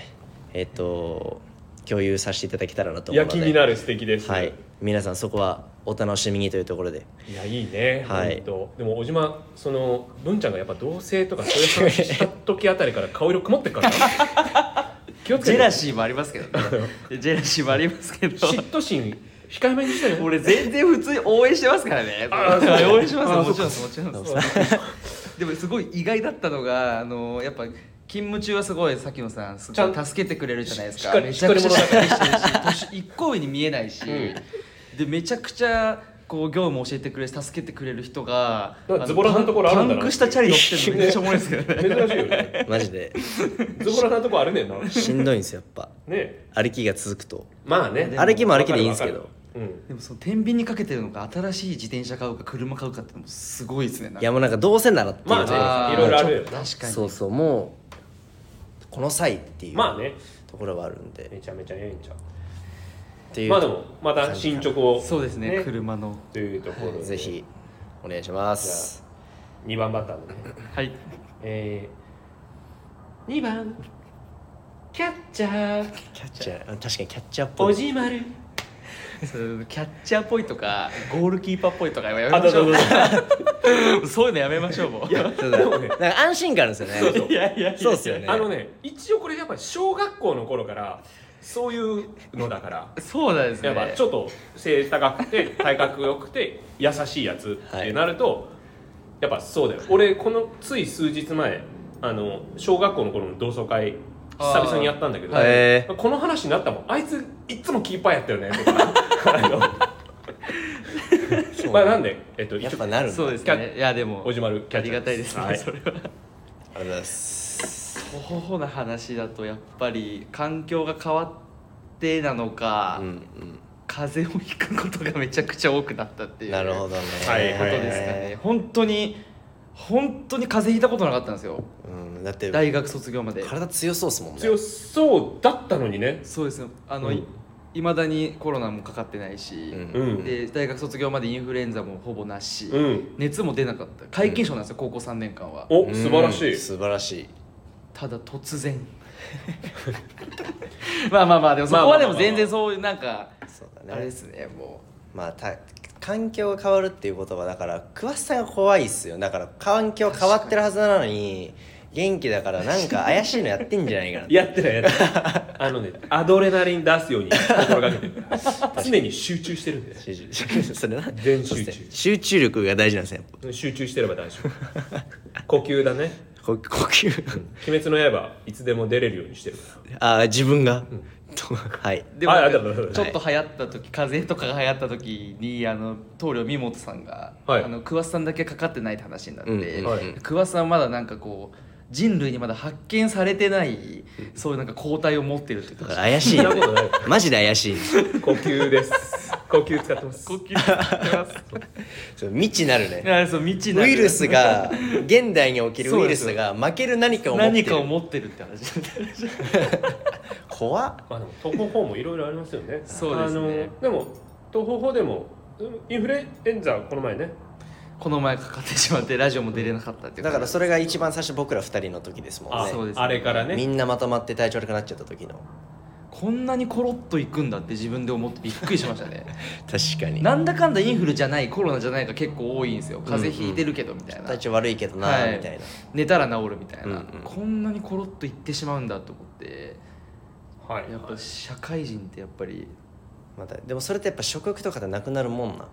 [SPEAKER 2] えっ、と共有させていただけたらなと
[SPEAKER 1] いい
[SPEAKER 2] 思
[SPEAKER 1] や
[SPEAKER 2] う
[SPEAKER 1] 気
[SPEAKER 2] ので
[SPEAKER 1] になる素敵です、
[SPEAKER 2] はい、皆さんそこはお楽しみにというところで
[SPEAKER 1] いやいいね、
[SPEAKER 2] はい
[SPEAKER 1] ほんとでも小島その文ちゃんがやっぱ同棲とかそういう話した時あたりから顔色曇ってっからな気をつけ
[SPEAKER 3] ジ
[SPEAKER 1] て
[SPEAKER 3] ェラシーもありますけどねジェラシーもありますけど
[SPEAKER 1] 嫉妬心控えめにしたよ
[SPEAKER 3] 俺全然普通に応援してますからね
[SPEAKER 1] あーそう
[SPEAKER 3] 応援してますよ
[SPEAKER 1] あー
[SPEAKER 3] もちろんですもちろん ですでもすごい意外だったのがあのやっぱ勤務中はすごいさっきのさんす
[SPEAKER 1] ちゃん
[SPEAKER 3] ごい助けてくれるじゃないです
[SPEAKER 1] しっ
[SPEAKER 3] か
[SPEAKER 1] かり
[SPEAKER 3] めちゃくちゃ
[SPEAKER 1] し
[SPEAKER 3] し
[SPEAKER 1] っか
[SPEAKER 3] っかりしてるし年一個上に見えないし、でめちゃくちゃこう業務教えてくれる助けてくれる人が
[SPEAKER 1] だからズボラなところあるんだな
[SPEAKER 3] パンクしたチャリ乗ってるのめっちゃおもろいですけどね
[SPEAKER 1] 珍しいよね
[SPEAKER 2] マジで
[SPEAKER 1] ズボラなとこあるねんなね
[SPEAKER 2] しんどいんですよやっぱ
[SPEAKER 1] え
[SPEAKER 2] 歩きが続くと
[SPEAKER 1] まあね
[SPEAKER 2] 歩きも歩きでいいんですけ
[SPEAKER 1] わ
[SPEAKER 2] ど
[SPEAKER 1] かるわかる
[SPEAKER 3] でもその天秤にかけてるのが新しい自転車買うか車買うかってのもすごいですねなんか
[SPEAKER 2] いやもうなんかどうせならっていう
[SPEAKER 1] まあね
[SPEAKER 3] あー
[SPEAKER 1] いろいろあるよ
[SPEAKER 3] 確かに
[SPEAKER 2] そうそうもうこの際って
[SPEAKER 1] う
[SPEAKER 2] い
[SPEAKER 1] ん
[SPEAKER 2] う
[SPEAKER 1] まあね
[SPEAKER 2] ところはあるんで
[SPEAKER 1] めちゃめちゃええんちゃう
[SPEAKER 2] っていう
[SPEAKER 1] まあでもまた進捗を
[SPEAKER 3] そうですね車の
[SPEAKER 1] というところで
[SPEAKER 2] ぜひお願いします
[SPEAKER 1] 2番バッターのね
[SPEAKER 3] はい
[SPEAKER 1] えー、2番
[SPEAKER 3] キャッチャー
[SPEAKER 2] キャッチャー確かにキャッチャーっぽ
[SPEAKER 1] お
[SPEAKER 2] い
[SPEAKER 1] じまる
[SPEAKER 3] そうキャッチャーっぽいとかゴールキーパーっぽいとかやめ
[SPEAKER 1] あ
[SPEAKER 3] ま
[SPEAKER 1] どう
[SPEAKER 3] しょ
[SPEAKER 1] ぞどうぞ
[SPEAKER 3] うそういうのやめましょうもういや
[SPEAKER 2] そうだ なんか安心感あるんですよね
[SPEAKER 1] そう
[SPEAKER 3] いやいや
[SPEAKER 2] そうっすよね
[SPEAKER 1] あのね一応これやっぱ小学校の頃からそういうのだから
[SPEAKER 3] そうなんです
[SPEAKER 1] や
[SPEAKER 3] ね
[SPEAKER 1] っぱちょっと背高く て体格良くて優しいやつってなると、やっぱそうだよ俺このつい数日前あの小学校の頃の同窓会久々にやったんだけど、
[SPEAKER 3] あー
[SPEAKER 2] へ
[SPEAKER 1] この話になったもんあいついっつもキーパーやったよね とかあの
[SPEAKER 2] そう
[SPEAKER 1] まあなんで、えっと、
[SPEAKER 2] やっ
[SPEAKER 1] 一応
[SPEAKER 2] ぱなるんだ
[SPEAKER 3] そうですねいやでも
[SPEAKER 1] おじまるキ
[SPEAKER 3] あ
[SPEAKER 1] ャッチ
[SPEAKER 3] り
[SPEAKER 1] ャー
[SPEAKER 3] がたいですね、
[SPEAKER 1] はい
[SPEAKER 3] それは
[SPEAKER 2] ありがとうございます
[SPEAKER 3] そうな話だとやっぱり環境が変わってなのか、
[SPEAKER 2] うんうん
[SPEAKER 3] 風邪をひくことがめちゃくちゃ多くなったっていう
[SPEAKER 2] なるほどね
[SPEAKER 1] はい
[SPEAKER 3] ことですかね本当に本当に風邪ひいたことなかったんですよ
[SPEAKER 2] うんだって
[SPEAKER 3] 大学卒業まで
[SPEAKER 2] 体強そうっすもんね
[SPEAKER 1] 強そうだったのにね
[SPEAKER 3] そうですねあの、
[SPEAKER 1] う
[SPEAKER 3] い
[SPEAKER 1] ん
[SPEAKER 3] まだにコロナもかかってないし、
[SPEAKER 1] うん
[SPEAKER 3] で大学卒業までインフルエンザもほぼなし、
[SPEAKER 1] うん
[SPEAKER 3] 熱も出なかった皆勤賞なんですよ、高校3年間は
[SPEAKER 1] お素晴らし
[SPEAKER 2] うん
[SPEAKER 1] い
[SPEAKER 2] 素晴らしい
[SPEAKER 3] ただ突然 まあまあまあでもそこはでも全然そういうなんか
[SPEAKER 2] そうだね
[SPEAKER 3] あれですねも
[SPEAKER 2] まあた環境が変わるっていう言葉だから詳しさが怖いっすよだから環境変わってるはずなのに元気だからなんか怪しいのやってんじゃないかな
[SPEAKER 1] やってないやってない あのねアドレナリン出すように心がけてる 常に集中してるんで
[SPEAKER 2] 集中 それな
[SPEAKER 1] 全集中
[SPEAKER 2] そうっすね集中力が大事なんですね
[SPEAKER 1] 集中してれば大丈夫呼吸だね
[SPEAKER 2] 呼呼吸
[SPEAKER 1] 「鬼滅の刃」いつでも出れるようにしてるか
[SPEAKER 2] あー自分が、とはいう
[SPEAKER 3] でも
[SPEAKER 1] あ
[SPEAKER 3] なん
[SPEAKER 1] あでも
[SPEAKER 3] かちょっと流行った時風邪とかが流行った時にあの棟梁三本さんが、
[SPEAKER 1] はい
[SPEAKER 3] あの桑田さんだけかかってないって話になって、
[SPEAKER 2] うん
[SPEAKER 1] はい
[SPEAKER 3] 桑田さんはまだなんかこう人類にまだ発見されてないそういうなんか抗体を持ってるって
[SPEAKER 2] だ
[SPEAKER 3] 言って
[SPEAKER 2] か ら
[SPEAKER 3] ま
[SPEAKER 2] 怪しい
[SPEAKER 1] そんなことない
[SPEAKER 2] マジで怪しい
[SPEAKER 1] ら呼吸です呼吸使ってます
[SPEAKER 2] そう未知なる
[SPEAKER 3] し
[SPEAKER 2] ね
[SPEAKER 3] た そう未知な
[SPEAKER 2] ウ
[SPEAKER 3] る
[SPEAKER 2] イルスが現代に起きるウイルスが負ける何かを持って
[SPEAKER 3] 何
[SPEAKER 2] る
[SPEAKER 3] かを持ってるって話
[SPEAKER 2] 怖っ
[SPEAKER 1] まあでも東方法もいろいろありますよね
[SPEAKER 3] そうですね
[SPEAKER 1] あのでも東方法でもうんインフルエンザこの前ね
[SPEAKER 3] この前かかってしまってラジオも出れなかったっていう
[SPEAKER 2] だからそ
[SPEAKER 3] れ
[SPEAKER 2] れが一番最初僕ら二人の時ですもんね
[SPEAKER 1] あ
[SPEAKER 3] そうですね
[SPEAKER 1] あれからね
[SPEAKER 2] みんなまとまって体調悪くなっちゃった時の
[SPEAKER 3] こんなにコロッといくんだって自分で思ってびっくりしましたね
[SPEAKER 2] 確かに
[SPEAKER 3] なんだかんだインフルじゃないコロナじゃないが結構多いんですよ風邪ひいてるけどみたいな、
[SPEAKER 2] 体調悪いけどな、
[SPEAKER 3] はい
[SPEAKER 2] みたいな
[SPEAKER 3] 寝たら治るみたいな、
[SPEAKER 2] うんうん
[SPEAKER 3] こんなにコロッといってしまうんだと思って
[SPEAKER 1] はい
[SPEAKER 3] やっぱ社会人ってやっぱり
[SPEAKER 2] またでもそれってやっぱ食欲とかでなくなるもんな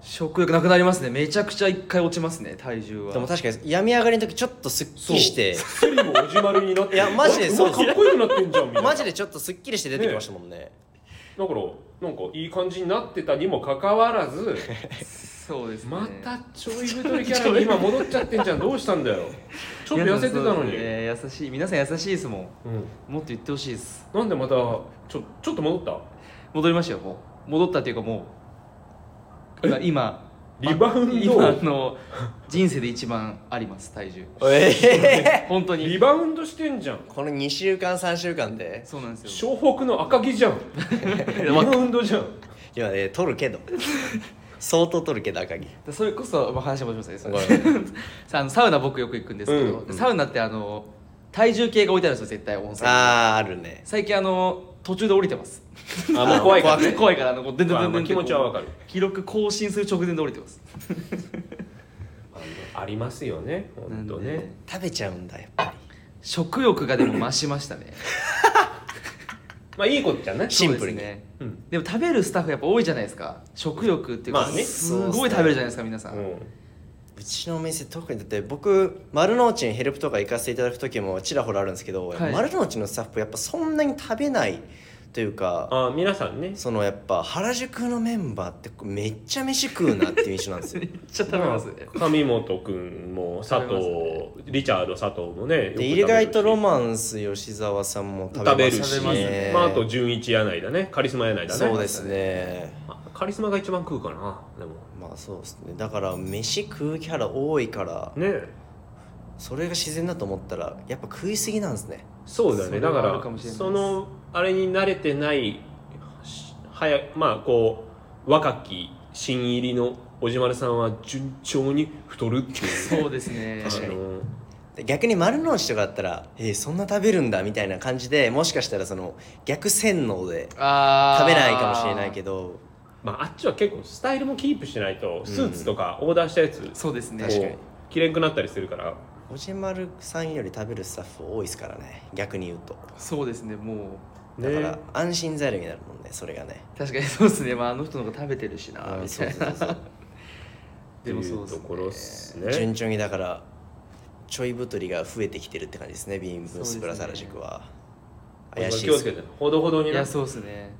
[SPEAKER 3] 食欲なくなりますねめちゃくちゃ一回落ちますね体重は
[SPEAKER 2] でも確かに病み上がりの時ちょっとすっきりして
[SPEAKER 1] スリもおじまるになってる
[SPEAKER 2] いやマジで
[SPEAKER 1] あ
[SPEAKER 2] そうです
[SPEAKER 1] うわかっこよくなってんじゃんみたいな
[SPEAKER 2] マジでちょっとすっきりして出てきましたもんね
[SPEAKER 1] だからなんかいい感じになってたにもかかわらず
[SPEAKER 3] そうですね
[SPEAKER 1] またちょい太りキャラに今戻っちゃってんじゃんどうしたんだよちょっと痩せてたのに、
[SPEAKER 3] いやそうですね優しい皆さん優しいですもん
[SPEAKER 1] うん、
[SPEAKER 3] もっと言ってほしいです
[SPEAKER 1] なんでまたちょちょっと戻った
[SPEAKER 3] 戻りましたよもう戻ったっていうかもう今今
[SPEAKER 1] リバウン
[SPEAKER 3] 今あ
[SPEAKER 1] ド
[SPEAKER 3] の人生で一番あります体重
[SPEAKER 2] ええ
[SPEAKER 3] 本当に
[SPEAKER 1] リバウンドしてんじゃん
[SPEAKER 2] この2週間3週間で
[SPEAKER 3] そうなんですよ
[SPEAKER 1] 湘北の赤木じゃんリバウンドじゃん
[SPEAKER 2] 今ね取るけど相当取るけど赤木
[SPEAKER 3] でそれこそ、まあ、話戻しますねそれ
[SPEAKER 2] ごめん
[SPEAKER 3] さあのサウナ僕よく行くんですけど、
[SPEAKER 1] うん
[SPEAKER 3] でサウナってあの体重計が置いてあるんですよ絶対温泉に
[SPEAKER 2] あああるね
[SPEAKER 3] 最近あの途中で降りてます
[SPEAKER 1] あもう怖いから
[SPEAKER 3] 怖
[SPEAKER 1] ね
[SPEAKER 3] い怖いからあのこうでんでん
[SPEAKER 1] ま
[SPEAKER 3] で
[SPEAKER 1] あ
[SPEAKER 3] ん
[SPEAKER 1] まあ
[SPEAKER 3] でん
[SPEAKER 1] 気持ちはわかる
[SPEAKER 3] 記録更新する直前で降りてます
[SPEAKER 1] ありますよねほんと
[SPEAKER 3] なんで
[SPEAKER 1] ね
[SPEAKER 2] 食べちゃうんだやっぱ
[SPEAKER 3] 食欲がでも増しましたね
[SPEAKER 1] まあいいことじゃない
[SPEAKER 2] シンプルに
[SPEAKER 3] そうですね
[SPEAKER 1] うん
[SPEAKER 3] でも食べるスタッフやっぱ多いじゃないですか食欲っていうか、
[SPEAKER 1] まあね
[SPEAKER 3] すごい食べるじゃないですか皆さん、
[SPEAKER 1] う
[SPEAKER 2] うちのお店特にだって僕丸の内にヘルプとか行かせていただく時もちらほらあるんですけど、
[SPEAKER 3] はい
[SPEAKER 2] 丸の内のスタッフやっぱそんなに食べないというか
[SPEAKER 1] あ皆さんね
[SPEAKER 2] そのやっぱ原宿のメンバーってめっちゃ飯食うなっていう印象なんです よ
[SPEAKER 3] めっちゃ食べますね、
[SPEAKER 1] 上本くんも佐藤、リチャード佐藤もね
[SPEAKER 2] で意外とロ
[SPEAKER 1] マ
[SPEAKER 2] マンス吉沢さんも
[SPEAKER 1] 食
[SPEAKER 2] 食べ
[SPEAKER 1] べ
[SPEAKER 2] ま
[SPEAKER 1] るし
[SPEAKER 2] すし
[SPEAKER 3] 食べますね
[SPEAKER 1] まあ、あと純一柳だねカリスマ柳だね
[SPEAKER 2] そうですね
[SPEAKER 1] あカリスマが一番食うかなでも
[SPEAKER 2] まあそうですねだから飯食うキャラ多いから
[SPEAKER 1] ねえ
[SPEAKER 2] それが自然だと思ったらやっぱ食いすぎなんですね
[SPEAKER 1] そうだ
[SPEAKER 3] そ
[SPEAKER 1] ね
[SPEAKER 3] れ
[SPEAKER 1] だ
[SPEAKER 3] は
[SPEAKER 1] か
[SPEAKER 3] あ
[SPEAKER 1] ら
[SPEAKER 3] るかもしれないです
[SPEAKER 1] そのあれに慣れてないし早まあこう若き新入りのおじまるさんは順調に太るっていう
[SPEAKER 3] そうですね
[SPEAKER 2] 確かに
[SPEAKER 1] あの
[SPEAKER 2] で逆に丸の内とかだったらえーそんな食べるんだみたいな感じでもしかしたらその逆洗脳で
[SPEAKER 3] あー
[SPEAKER 2] 食べないかもしれないけど
[SPEAKER 1] まあ、あっちは結構スタイルもキープしないとスーツとかオーダーしたやつ、こ
[SPEAKER 3] そうですね
[SPEAKER 2] 確かに
[SPEAKER 1] う着れんくなったりするから
[SPEAKER 2] おじまるさんより食べるスタッフ多いですからね逆に言うと
[SPEAKER 3] そうですねも
[SPEAKER 2] だから
[SPEAKER 1] ね
[SPEAKER 2] 安心材料になるもんねそれがね
[SPEAKER 3] う確かにそうですねまああの人の方が食べてるしなみ
[SPEAKER 2] そ
[SPEAKER 3] た
[SPEAKER 2] う
[SPEAKER 3] い
[SPEAKER 2] そう
[SPEAKER 3] な
[SPEAKER 2] そう
[SPEAKER 3] でもそう
[SPEAKER 1] っていうところっす
[SPEAKER 2] そう
[SPEAKER 1] ね
[SPEAKER 2] 順調にだからちょい太りが増えてきてるって感じですねビームスプラス
[SPEAKER 3] そうで
[SPEAKER 2] 原
[SPEAKER 3] すね
[SPEAKER 2] 宿は、
[SPEAKER 1] 怪
[SPEAKER 2] 怪
[SPEAKER 1] し
[SPEAKER 2] し
[SPEAKER 1] い
[SPEAKER 2] い
[SPEAKER 1] 気を
[SPEAKER 2] で
[SPEAKER 1] つ
[SPEAKER 2] す
[SPEAKER 1] けてほどほどに
[SPEAKER 3] い
[SPEAKER 1] な
[SPEAKER 3] やそうですね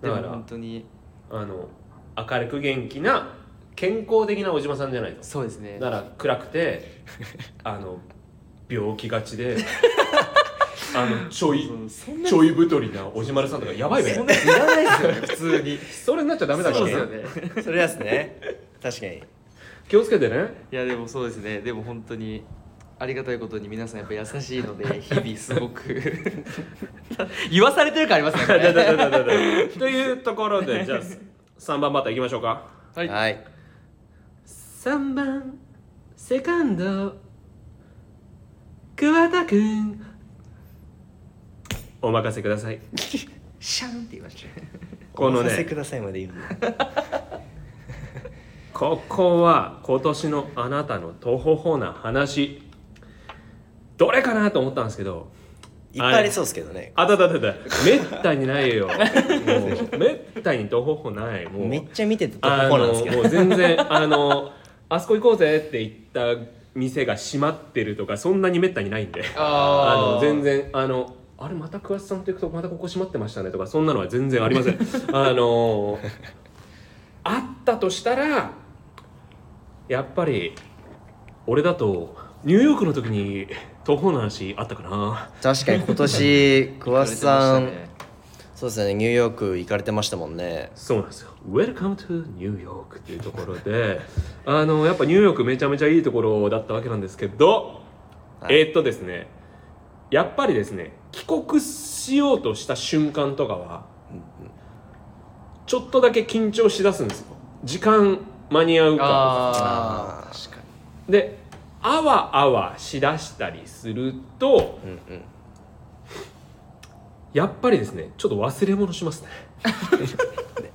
[SPEAKER 3] で
[SPEAKER 1] だ
[SPEAKER 3] も
[SPEAKER 1] から
[SPEAKER 3] 本当に
[SPEAKER 1] あの明るく元気な健康的なお島さんじゃないと
[SPEAKER 3] そうですね
[SPEAKER 1] だから暗く てあの病気がちで あのちょい
[SPEAKER 3] そ
[SPEAKER 1] ちょい太りなおじまるさんとかやばいべ
[SPEAKER 3] そんなやついらないですよね普通に
[SPEAKER 1] それになっちゃダメだか
[SPEAKER 3] そう
[SPEAKER 1] ら
[SPEAKER 3] で
[SPEAKER 1] ね
[SPEAKER 3] すよね
[SPEAKER 2] それですね確かに
[SPEAKER 1] 気をつけてね
[SPEAKER 3] いやでもそうですねでも本当にありがたいことに皆さんやっぱ優しい ので日々すごく言わされてる感ありますねこ
[SPEAKER 1] だだ
[SPEAKER 3] れ
[SPEAKER 1] だだだというところでじゃあ3番バッターいきましょうか
[SPEAKER 3] はい
[SPEAKER 2] はい
[SPEAKER 1] 3番セカンド桑田くんお任せくだ さい
[SPEAKER 3] シャンって言いましたね
[SPEAKER 1] この
[SPEAKER 2] お任せ
[SPEAKER 1] ね
[SPEAKER 2] くださいまで言うの
[SPEAKER 1] ここは今年のあなたのとほほな話どれかなと思ったんですけど
[SPEAKER 2] いっぱいありそうですけどね
[SPEAKER 1] あたたたためったにないよもうめったにとほほないもう
[SPEAKER 2] めっちゃ見ててとこ
[SPEAKER 1] あ
[SPEAKER 2] なん
[SPEAKER 1] の
[SPEAKER 2] ですけ
[SPEAKER 1] も
[SPEAKER 2] ど
[SPEAKER 1] う全 然あのあそこ行こうぜって言った店が閉まってるとかそんなにめったにないんであの全然あのあれまた桑田さんと行くとまたここ閉まってましたねとかそんなのは全然ありませ んあのあったとしたらやっぱり俺だとニューヨークの時に徒歩の話あったかな
[SPEAKER 2] 確かに今年桑田さん、
[SPEAKER 3] 言われてましたね
[SPEAKER 2] そうですねニューヨーク行かれてましたもんね
[SPEAKER 1] そうなんですよ「Welcome to New York」っていうところであのやっぱニューヨークめちゃめちゃいいところだったわけなんですけど、
[SPEAKER 2] はい
[SPEAKER 1] えーっとですねやっぱりですね帰国しようとした瞬間とかはちょっとだけ緊張しだすんですよ時間間に合うか
[SPEAKER 3] ああ確かに
[SPEAKER 1] であわあわしだしたりすると
[SPEAKER 2] うんうん
[SPEAKER 1] やっぱりですねちょっと忘れ物しますね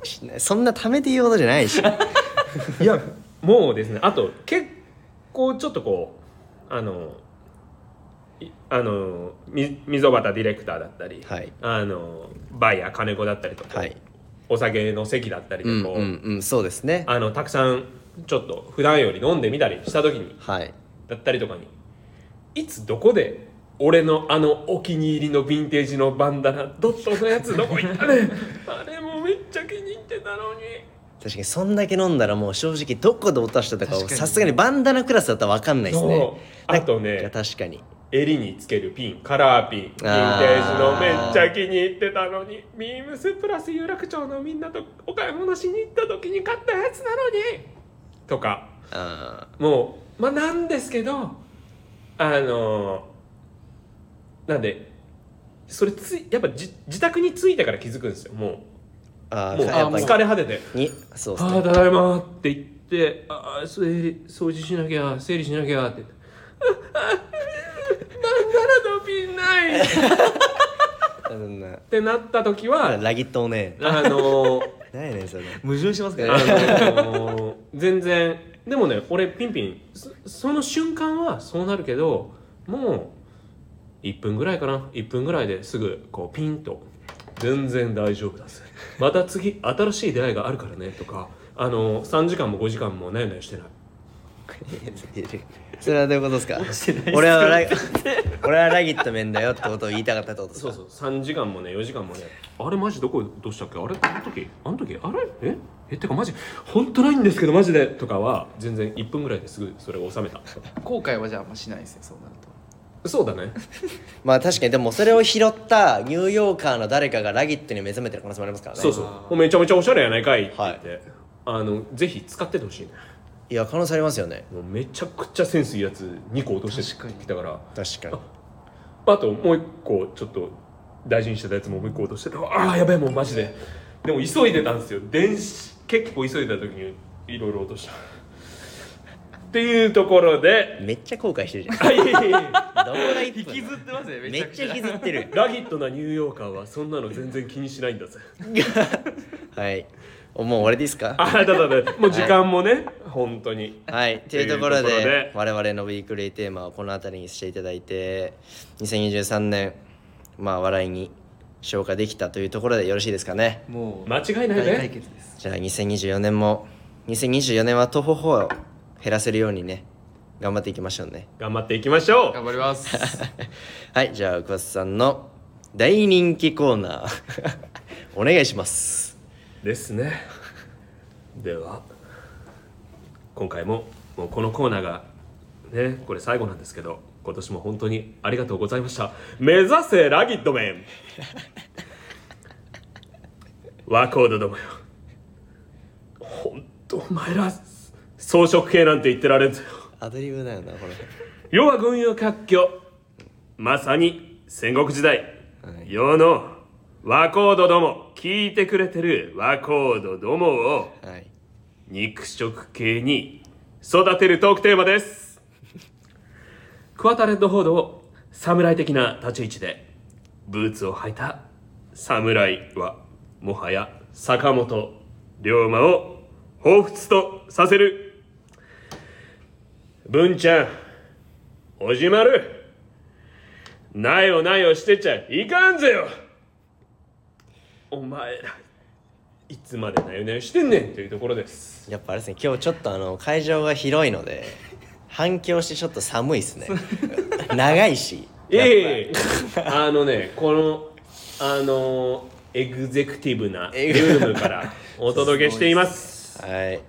[SPEAKER 2] しないそんなためて言うほどじゃない し
[SPEAKER 1] いやもうですねあと結構ちょっとこうあのいあのみ溝端ディレクターだったり、
[SPEAKER 2] はい
[SPEAKER 1] あのバイヤー金子だったりとか、
[SPEAKER 2] はい
[SPEAKER 1] お酒の席だったりと
[SPEAKER 2] う
[SPEAKER 1] か、
[SPEAKER 2] んうんうんそうですね
[SPEAKER 1] あのたくさんちょっと普段より飲んでみたりした時に
[SPEAKER 2] はい
[SPEAKER 1] だったりとかにいつどこで俺のあのお気に入りのヴィンテージのバンダナドットのやつどこ行った ねあれもめっちゃ気に入ってたのに。
[SPEAKER 2] 確かにそんだけ飲んだらもう正直どこで落としたとか
[SPEAKER 3] 確
[SPEAKER 2] を
[SPEAKER 3] かに
[SPEAKER 2] さすがにバンダナクラスだったら分かんないですね
[SPEAKER 1] そうあとね
[SPEAKER 2] なんか確かに
[SPEAKER 1] 襟につけるピンカラーピンヴィンテージのめっちゃ気に入ってたのにビームスプラス有楽町のみんなとお買い物しに行った時に買ったやつなのにとか
[SPEAKER 2] あ
[SPEAKER 1] もうまあなんですけどあのーなんでそれついやっぱじ自宅に着いてから気づくんですよも
[SPEAKER 2] ーあ
[SPEAKER 1] う
[SPEAKER 2] ー
[SPEAKER 1] もう
[SPEAKER 2] やっぱり
[SPEAKER 1] 疲れ果てて
[SPEAKER 2] にそうです
[SPEAKER 1] ああ
[SPEAKER 2] ね
[SPEAKER 1] ただいまって言ってああそう掃除しなきゃ整理しなきゃって ああなんならのびないっ
[SPEAKER 2] あのな
[SPEAKER 1] てなった時 は
[SPEAKER 2] ラギットをね
[SPEAKER 1] あの
[SPEAKER 2] 何やねんそれ
[SPEAKER 3] 矛盾しますか
[SPEAKER 1] あ
[SPEAKER 3] らね
[SPEAKER 1] の全然でもね俺ピンピンそその瞬間はそうなるけどもう1分ぐらいかな1分ぐらいですぐこうピンと全然大丈夫だぜまた次新しい出会いがあるからねとかあの3時間も5時間もなよなよしてない
[SPEAKER 2] それはどういうことですか俺はラギ 俺はラギット面だよってことを言いたかったってことです
[SPEAKER 1] そ
[SPEAKER 2] か
[SPEAKER 1] うそう3時間もね4時間もねあれマジどこどうしたっけあれあの時あの時あれええってかマジ本当ないんですけどマジでとかは全然1分ぐらいですぐそれを収めた
[SPEAKER 3] 後悔はじゃああんましないですねそうなると
[SPEAKER 1] そうだね
[SPEAKER 2] まあ確かにでもそれを拾ったニューヨーカーの誰かがラギットに目覚めてる可能性もありますからね
[SPEAKER 1] そうそうもうめちゃめちゃおしゃれやないかいって言
[SPEAKER 2] は
[SPEAKER 1] っ
[SPEAKER 2] い
[SPEAKER 1] て、あのぜひ使っててほしいね
[SPEAKER 2] いや可能性ありますよね
[SPEAKER 1] もうめちゃくちゃセンスいいやつ2個落としてきたから
[SPEAKER 2] 確かに
[SPEAKER 1] あともう1個ちょっと大事にしてたやつももう1個落としてたああやべえもうマジででも急いでたんですよ電子結構急いでた時にいろいろ落としたっていうところ で、
[SPEAKER 2] めっちゃ後悔してるじゃん
[SPEAKER 1] はい
[SPEAKER 2] どんぐらい
[SPEAKER 3] 引きずってますねめ
[SPEAKER 2] めっちゃ引きずってる
[SPEAKER 1] ラギットなニューヨーカーはそんなの全然気にしないんだぜ。
[SPEAKER 2] はいおもう終わりですか
[SPEAKER 1] あ、だだだ、もう時間もね、本当に。
[SPEAKER 2] はい、というところで
[SPEAKER 1] というところで
[SPEAKER 2] 我々のウィークリーテーマはこの辺りにしていただいて2023年まあ笑いに消化できたというところでよろしいですかね
[SPEAKER 3] もう
[SPEAKER 1] 間違いないね
[SPEAKER 3] 大解決です
[SPEAKER 2] じゃあ2024年も2024年は徒歩歩を減らせるようにね頑張っていきましょうね
[SPEAKER 1] 頑張っていきましょう。
[SPEAKER 3] 頑張ります
[SPEAKER 2] はいじゃあ桑田さんの大人気コー ナーお願いします
[SPEAKER 1] ですね。では。今回も、もうこのコーナーが。ね、これ最後なんですけど、今年も本当にありがとうございました。目指せラギットメ ン。ワコードどもよ。本当お前ら。装飾系なんて言ってられんぞ。
[SPEAKER 2] アドリブだよなこれ
[SPEAKER 1] 世は軍用割拠まさに戦国時代、
[SPEAKER 2] はい
[SPEAKER 1] 世の和光度ども聞いてくれてる和光度どもを
[SPEAKER 2] はい
[SPEAKER 1] 肉食系に育てるトークテーマですクワタレッドホードを侍的な立ち位置でブーツを履いた侍はもはや坂本龍馬を彷彿とさせる文ちゃんおじまるなよなよしてちゃいかんぜよお前らいつまでなよなよしてんねんというところです
[SPEAKER 2] やっぱあれですね今日ちょっとあの会場が広いので反響してちょっと寒いです ね長いし
[SPEAKER 1] ええ あのねこのあのエグゼクティブなル
[SPEAKER 2] エグ
[SPEAKER 1] ームからお届けしています
[SPEAKER 2] はい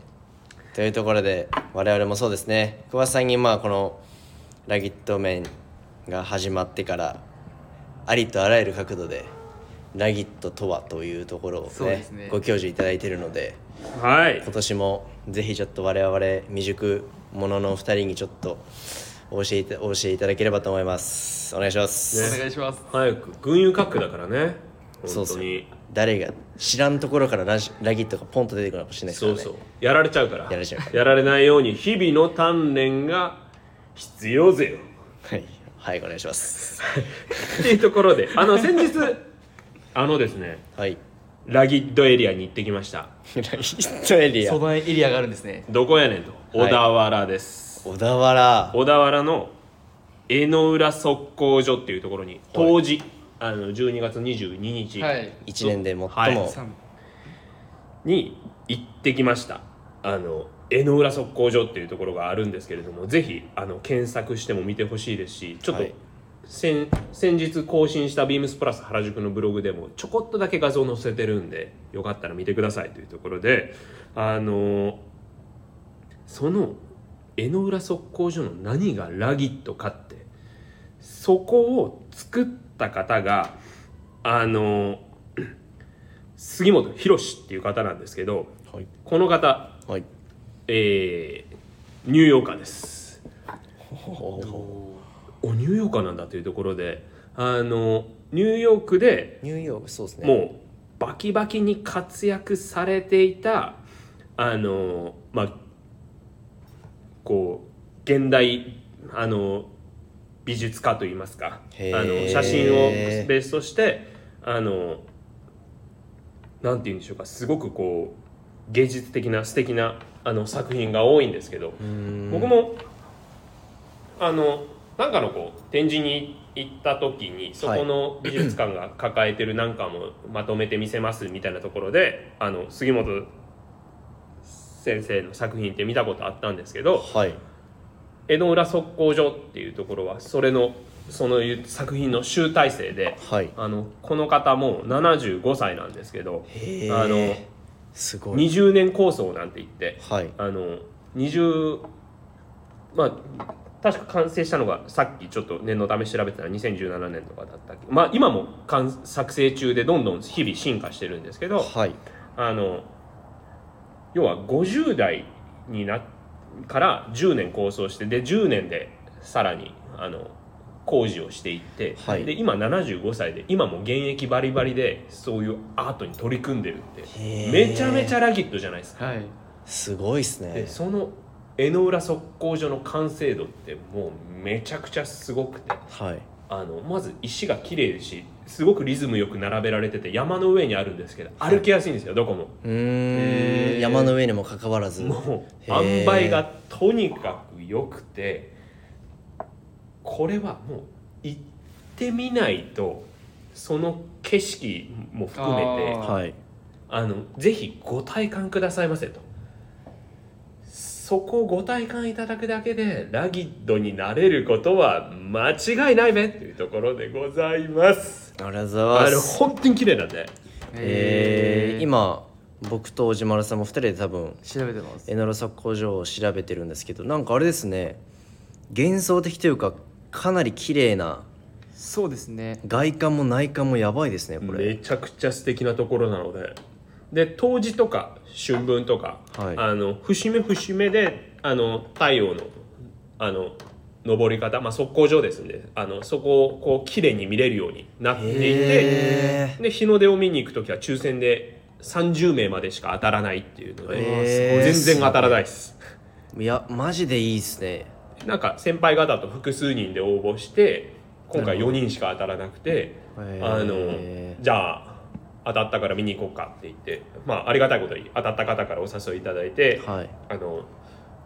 [SPEAKER 2] というところで我々もそうですね久保さんにまあこの「ラギット面」が始まってからありとあらゆる角度で「ラギットとは」というところを
[SPEAKER 3] そう
[SPEAKER 2] ね
[SPEAKER 3] ですね
[SPEAKER 2] ご教授いただいているので
[SPEAKER 1] はい
[SPEAKER 2] 今年もぜひちょっと我々未熟者のお二人にちょっとお教えてお教えいただければと思いますお願いします、
[SPEAKER 1] ね
[SPEAKER 3] お願いします
[SPEAKER 1] 早く群雄割拠だからね
[SPEAKER 2] そう
[SPEAKER 1] 本
[SPEAKER 2] そ
[SPEAKER 1] 当
[SPEAKER 2] う
[SPEAKER 1] に
[SPEAKER 2] 誰が知らんところからラジラギットがポンと出てくるかもしれないで
[SPEAKER 1] そ
[SPEAKER 2] すから
[SPEAKER 1] う
[SPEAKER 2] ね
[SPEAKER 1] そうやられちゃうから
[SPEAKER 2] やられちゃうか
[SPEAKER 1] やられないように日々の鍛錬が必要ぜよ
[SPEAKER 2] はい、はい、お願いします
[SPEAKER 1] っていうところで あの先日あのですね
[SPEAKER 2] はい
[SPEAKER 1] ラギッドエリアに行ってきました
[SPEAKER 2] ラギットエリア
[SPEAKER 3] そのエリアがあるんですね
[SPEAKER 1] どこやねんと小田原です、
[SPEAKER 2] 小田原
[SPEAKER 1] 小田原の江之浦測候所っていうところに当時、あの12月22日
[SPEAKER 3] はい
[SPEAKER 2] 一年で最も、
[SPEAKER 1] はい
[SPEAKER 3] さん
[SPEAKER 1] に行ってきました、あの江之浦測候所っていうところがあるんですけれどもぜひあの検索しても見てほしいですしちょっと、
[SPEAKER 2] はい
[SPEAKER 1] 先先日更新したビームスプラス原宿のブログでもちょこっとだけ画像載せてるんでよかったら見てくださいというところであのその江之浦測候所の何がラギットかってそこを作った方があの杉本博士っていう方なんですけど
[SPEAKER 2] はい
[SPEAKER 1] この方、
[SPEAKER 2] はい
[SPEAKER 1] えーニューヨーカーです
[SPEAKER 2] お
[SPEAKER 1] おニューヨーカーなんだというところであのニューヨークで
[SPEAKER 2] ニューヨークそうですね
[SPEAKER 1] もうバキバキに活躍されていたあのまあこう現代あの美術家といいますかあ
[SPEAKER 2] へー
[SPEAKER 1] の写真をベースとしてあのなんて言うんでしょうかすごくこう芸術的な素敵なあの作品が多いんですけど
[SPEAKER 2] うーん
[SPEAKER 1] 僕もあのなんかのこう展示に行った時にそこの美術館が抱えてるなんかもまとめて見せますみたいなところであの杉本先生の作品って見たことあったんですけど
[SPEAKER 2] はい
[SPEAKER 1] 江之浦測候所っていうところはそれのその作品の集大成で
[SPEAKER 2] はい
[SPEAKER 1] あのこの方もう75歳なんですけど
[SPEAKER 2] へー
[SPEAKER 1] あの
[SPEAKER 2] すごい
[SPEAKER 1] 20年構想なんて言って
[SPEAKER 2] はい
[SPEAKER 1] あの20まあ確か完成したのがさっきちょっと念のため調べてたら2017年とかだったっけまあ今も完作成中でどんどん日々進化してるんですけど
[SPEAKER 2] はい
[SPEAKER 1] あの要は50代になから10年構想してで10年でさらにあの工事をしていって、
[SPEAKER 2] はい
[SPEAKER 1] で今75歳で今も現役バリバリでそういうアートに取り組んでるって
[SPEAKER 2] へー
[SPEAKER 1] めちゃめちゃラギットじゃないですか。
[SPEAKER 3] はい
[SPEAKER 2] すごいっすね
[SPEAKER 1] でその江江ノ浦測候所の完成度ってもうめちゃくちゃすごくて
[SPEAKER 2] はい
[SPEAKER 1] あのまず石が綺麗だしすごくリズムよく並べられてて山の上にあるんですけど歩きやすいんですよどこも。
[SPEAKER 2] うーん山の上にもかかわらず
[SPEAKER 1] もう
[SPEAKER 2] へ
[SPEAKER 1] 塩
[SPEAKER 2] ー
[SPEAKER 1] 梅がとにかく良くてこれはもう行ってみないとその景色も含めて
[SPEAKER 3] あ
[SPEAKER 2] はい
[SPEAKER 1] あのぜひご体感くださいませとそこをご体感いただくだけでラギッドになれることは間違いないべっていうところでございます
[SPEAKER 2] ありがとうござい
[SPEAKER 1] あ
[SPEAKER 2] ま
[SPEAKER 1] れ
[SPEAKER 2] す
[SPEAKER 1] 本当に綺麗なんで
[SPEAKER 2] えー、今僕と小丸さんも2人で多分
[SPEAKER 3] 調べてます
[SPEAKER 2] 江ノ原測候所を調べてるんですけどなんかあれですね幻想的というかかなり綺麗な
[SPEAKER 3] そうですね
[SPEAKER 2] 外観も内観もやばいですねこ
[SPEAKER 1] め
[SPEAKER 2] れ
[SPEAKER 1] ちゃくちゃ素敵なところなのでで冬至とか春分とか、
[SPEAKER 2] はい
[SPEAKER 1] あの節目節目であの太陽のあの登り方、まあ、測候所ですんであのそこをこう綺麗に見れるようになってい
[SPEAKER 2] へ
[SPEAKER 1] てで日の出を見に行く時は抽選で30名までしか当たらないっていうの
[SPEAKER 2] へ
[SPEAKER 1] で
[SPEAKER 2] ー
[SPEAKER 1] 全然当たらないです。
[SPEAKER 2] いやマジでいいですね
[SPEAKER 1] なんか先輩方と複数人で応募して今回4人しか当たらなくて
[SPEAKER 2] へー
[SPEAKER 1] あのじゃあ当たったから見に行こうかって言って、まあ、ありがたいことに当たった方からお誘いいただいて、
[SPEAKER 2] はい
[SPEAKER 1] あの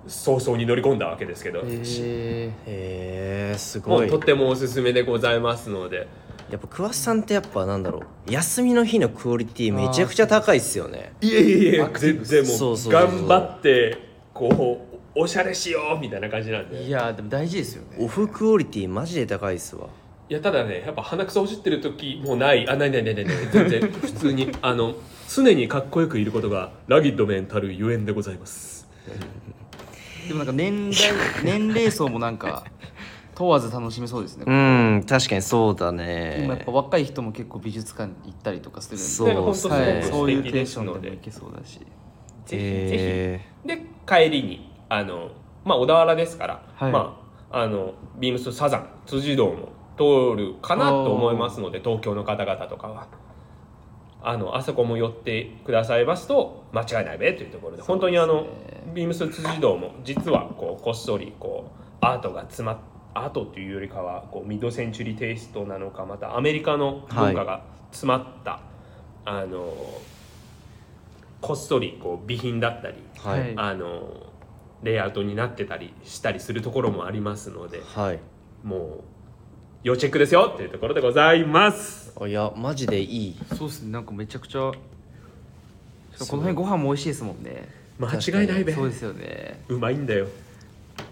[SPEAKER 1] 早々に乗り込んだわけですけど、
[SPEAKER 3] え
[SPEAKER 2] へえす
[SPEAKER 1] も
[SPEAKER 2] ご
[SPEAKER 1] う
[SPEAKER 2] い
[SPEAKER 1] とてもおすすめでございますので
[SPEAKER 2] やっぱ桑田さんってやっぱなんだろう休みの日のクオリティめちゃくちゃ高いっすよね
[SPEAKER 1] いえいえいえ
[SPEAKER 3] アクティ
[SPEAKER 1] 全
[SPEAKER 3] ブ
[SPEAKER 1] 然もう
[SPEAKER 2] そうそうそう
[SPEAKER 1] 頑張ってこうおしゃれしようみたいな感じなんで
[SPEAKER 3] ー、
[SPEAKER 1] い
[SPEAKER 3] い
[SPEAKER 1] や
[SPEAKER 3] やーでも大事ですよね
[SPEAKER 2] オフクオリティマジで高いっすわ
[SPEAKER 1] ただねやっぱ鼻くそほじってる時もうないあないないないないない全然普通にあの常にかっこよくいることがラギッドメンたるゆえんでございます
[SPEAKER 3] でもなんか年 代年齢層もなんか問わず楽しめそうですね、
[SPEAKER 2] うん確かにそうだ
[SPEAKER 3] 今やっ
[SPEAKER 2] ね
[SPEAKER 3] ぱ若い人も結構美術館行ったりとかするんで
[SPEAKER 2] そう
[SPEAKER 1] なんか本当
[SPEAKER 2] です
[SPEAKER 3] はい、
[SPEAKER 2] ね
[SPEAKER 3] そういう
[SPEAKER 1] 素敵
[SPEAKER 3] テ
[SPEAKER 1] で
[SPEAKER 3] ンシ
[SPEAKER 1] す
[SPEAKER 3] ョンで
[SPEAKER 1] の
[SPEAKER 3] も
[SPEAKER 1] で
[SPEAKER 3] いけそうだし
[SPEAKER 1] ぜひぜ
[SPEAKER 2] え
[SPEAKER 1] ひで帰りにあの、まあ、小田原ですから、
[SPEAKER 3] はい
[SPEAKER 1] まあ、あのビームスとサザン辻堂も通るかなと思いますので東京の方々とかはあのあそこも寄ってくださいますと間違いないべというところで本当にあのビームス辻堂も実はこうこっそりこうアートが詰まっアートというよりかはこうミッドセンチュリーテイストなのかまたアメリカの文化が詰まった、あのこっそりこう備品だったり
[SPEAKER 2] ー、はい
[SPEAKER 1] あのレイアウトになってたりしたりするところもありますので
[SPEAKER 2] はい
[SPEAKER 1] もう要チェックですよっていうところでございます
[SPEAKER 2] あいやマジでいい
[SPEAKER 3] そうですねなんかめちゃくちゃしかもこの辺ご飯も美味しいですもんね
[SPEAKER 1] 間違いないべ
[SPEAKER 3] そうですよね
[SPEAKER 1] うまいんだよ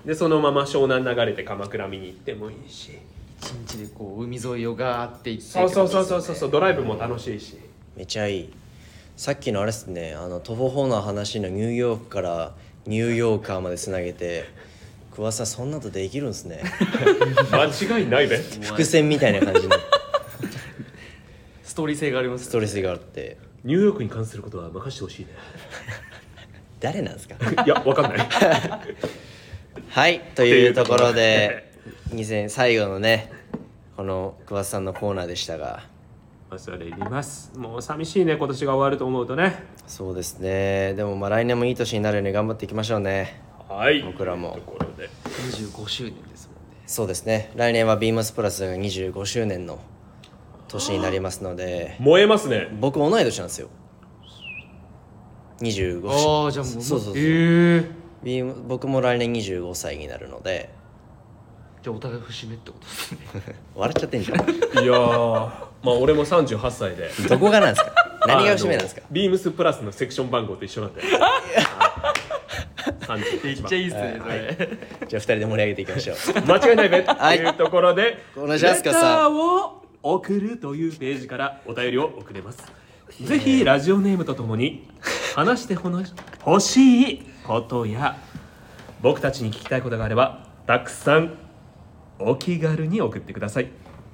[SPEAKER 1] でそのまま湘南流れて鎌倉見に行ってもいいし
[SPEAKER 3] 一日でこう海沿いをガーって行って
[SPEAKER 1] そうそうそうそうそうそうドライブも楽しいし
[SPEAKER 2] めちゃいいさっきのあれですねあの徒歩法の話のニューヨークからニューヨーカーまでつなげて桑田さんそんなとできるんですね
[SPEAKER 1] 間違いないべ
[SPEAKER 2] 伏線みたいな感じの
[SPEAKER 3] ストーリー性があります
[SPEAKER 2] ストレスがあって
[SPEAKER 1] ニューヨークに関することは任せてほしいね
[SPEAKER 2] 誰なんですか
[SPEAKER 1] いやわかんない
[SPEAKER 2] はいというところで2000最後のねこの桑田さんのコーナーでしたが
[SPEAKER 1] 恐れ入りますもう寂しいね今年が終わると思うとね
[SPEAKER 2] そうですねでもまあ来年もいい年になるように頑張っていきましょうね
[SPEAKER 1] はい
[SPEAKER 2] 僕らも
[SPEAKER 1] というところで
[SPEAKER 3] 25周年ですもんね
[SPEAKER 2] そうですね来年はビームスプラスが25周年の年になりますので
[SPEAKER 1] 燃えますね
[SPEAKER 2] 僕同い年なんですよ25歳
[SPEAKER 3] ああじゃあもう
[SPEAKER 2] そうそうそう
[SPEAKER 3] えー、
[SPEAKER 2] ビーム僕も来年25歳になるので
[SPEAKER 3] じゃあお互い節目ってことですね
[SPEAKER 2] 笑っちゃってんじゃ
[SPEAKER 1] い
[SPEAKER 2] ん
[SPEAKER 1] やーまあ俺も38歳で
[SPEAKER 2] どこがなんですか何が節目なんですか
[SPEAKER 1] あのビームスプラスのセクション番号と一緒 なんだよ。31番
[SPEAKER 3] いっすねそれ、
[SPEAKER 2] じゃあ2人で盛り上げていきましょう
[SPEAKER 1] 間違いないべと
[SPEAKER 2] はい
[SPEAKER 1] いうところで、
[SPEAKER 2] お願いします
[SPEAKER 1] レ
[SPEAKER 2] か
[SPEAKER 1] タ
[SPEAKER 2] さん
[SPEAKER 1] ーを送るというページからお便りを送れます。ぜひラジオネームとともに話してほの欲しいことや僕たちに聞きたいことがあればたくさんお気軽に送ってください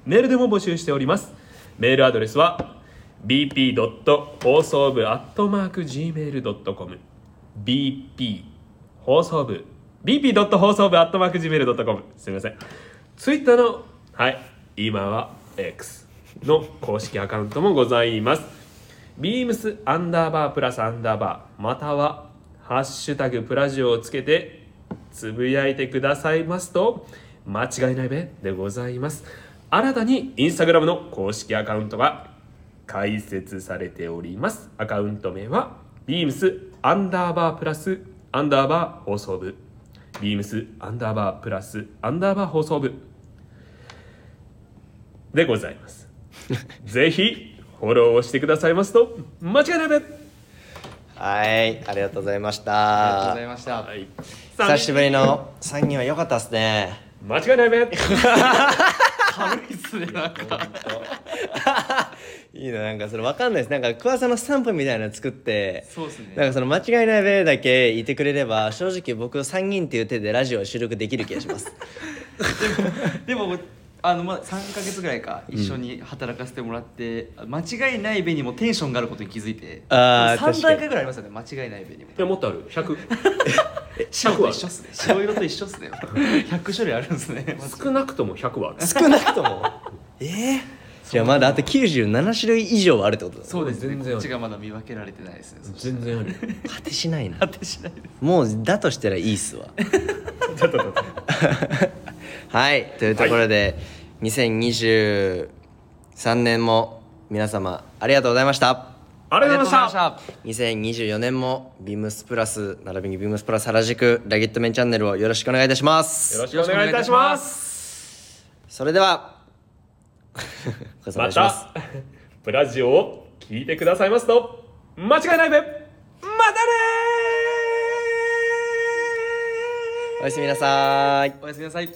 [SPEAKER 1] メールでも募集しておりますメールアドレスは bp. 放送部 .gmail.com bp 放送部 bp. 放送部 .gmail.com すみませんツイッターのはい今は X の公式アカウントもございますビームスアンダーバープラスアンダーバーまたはハッシュタグプラジオをつけてつぶやいてくださいますと間違いないべでございます新たにインスタグラムの公式アカウントが開設されておりますアカウント名は beams アンダーバープラスアンダーバー放送部 beams アンダーバープラスアンダーバー放送部でございますぜひフォローをしてくださいますと間違いないべ
[SPEAKER 2] はいありがとうございまし
[SPEAKER 3] ありがとうご
[SPEAKER 2] た
[SPEAKER 3] ざいました、
[SPEAKER 1] はい
[SPEAKER 2] 久しぶりの3人は良かったっすね
[SPEAKER 1] 間違いないべ
[SPEAKER 3] 軽いっすねなんか
[SPEAKER 2] いいななんかそれ分かんないですなんか桑さんのスタンプみたいなの作って
[SPEAKER 3] そうですね
[SPEAKER 2] なんかその間違いないべだけいてくれれば正直僕3人っていう手でラジオを収録できる気がします
[SPEAKER 3] でも あのまあ3か月ぐらいか一緒に働かせてもらって、間違いないべにもテンションがあることに気づいて
[SPEAKER 2] あー
[SPEAKER 3] 3
[SPEAKER 2] 確かに
[SPEAKER 3] 段階ぐらいありますよね間違いないべにも
[SPEAKER 1] いやもっとある100
[SPEAKER 3] 白
[SPEAKER 1] 100
[SPEAKER 3] と
[SPEAKER 1] は
[SPEAKER 3] 一緒っすね白色と一緒っ すね100種類あるんですね
[SPEAKER 1] 少なくとも100はある
[SPEAKER 2] 少なくとも ええじゃあまだあと97種類以上はあるってことだ
[SPEAKER 3] そうですね
[SPEAKER 1] 全然ある
[SPEAKER 3] こっちがまだ見分けられてないですねそして
[SPEAKER 1] 全然ある
[SPEAKER 2] 果てしないな
[SPEAKER 3] 果てしないです
[SPEAKER 2] もうだとしたらいいっすわはいというところで、2023年も皆様ありがとうございました
[SPEAKER 1] ありがとうございました
[SPEAKER 3] ありがとうございました
[SPEAKER 2] 2024年もビームスプラス並びにビームスプラス原宿ラゲットメンチャンネルをよろしくお願いいたします
[SPEAKER 1] よろしくお願いいたします
[SPEAKER 2] それでは お疲れ様
[SPEAKER 1] ま
[SPEAKER 2] でします
[SPEAKER 1] たブラジオを聞いてくださいますと間違いないべまたねー
[SPEAKER 2] おやすみなさーい
[SPEAKER 3] おやすみなさい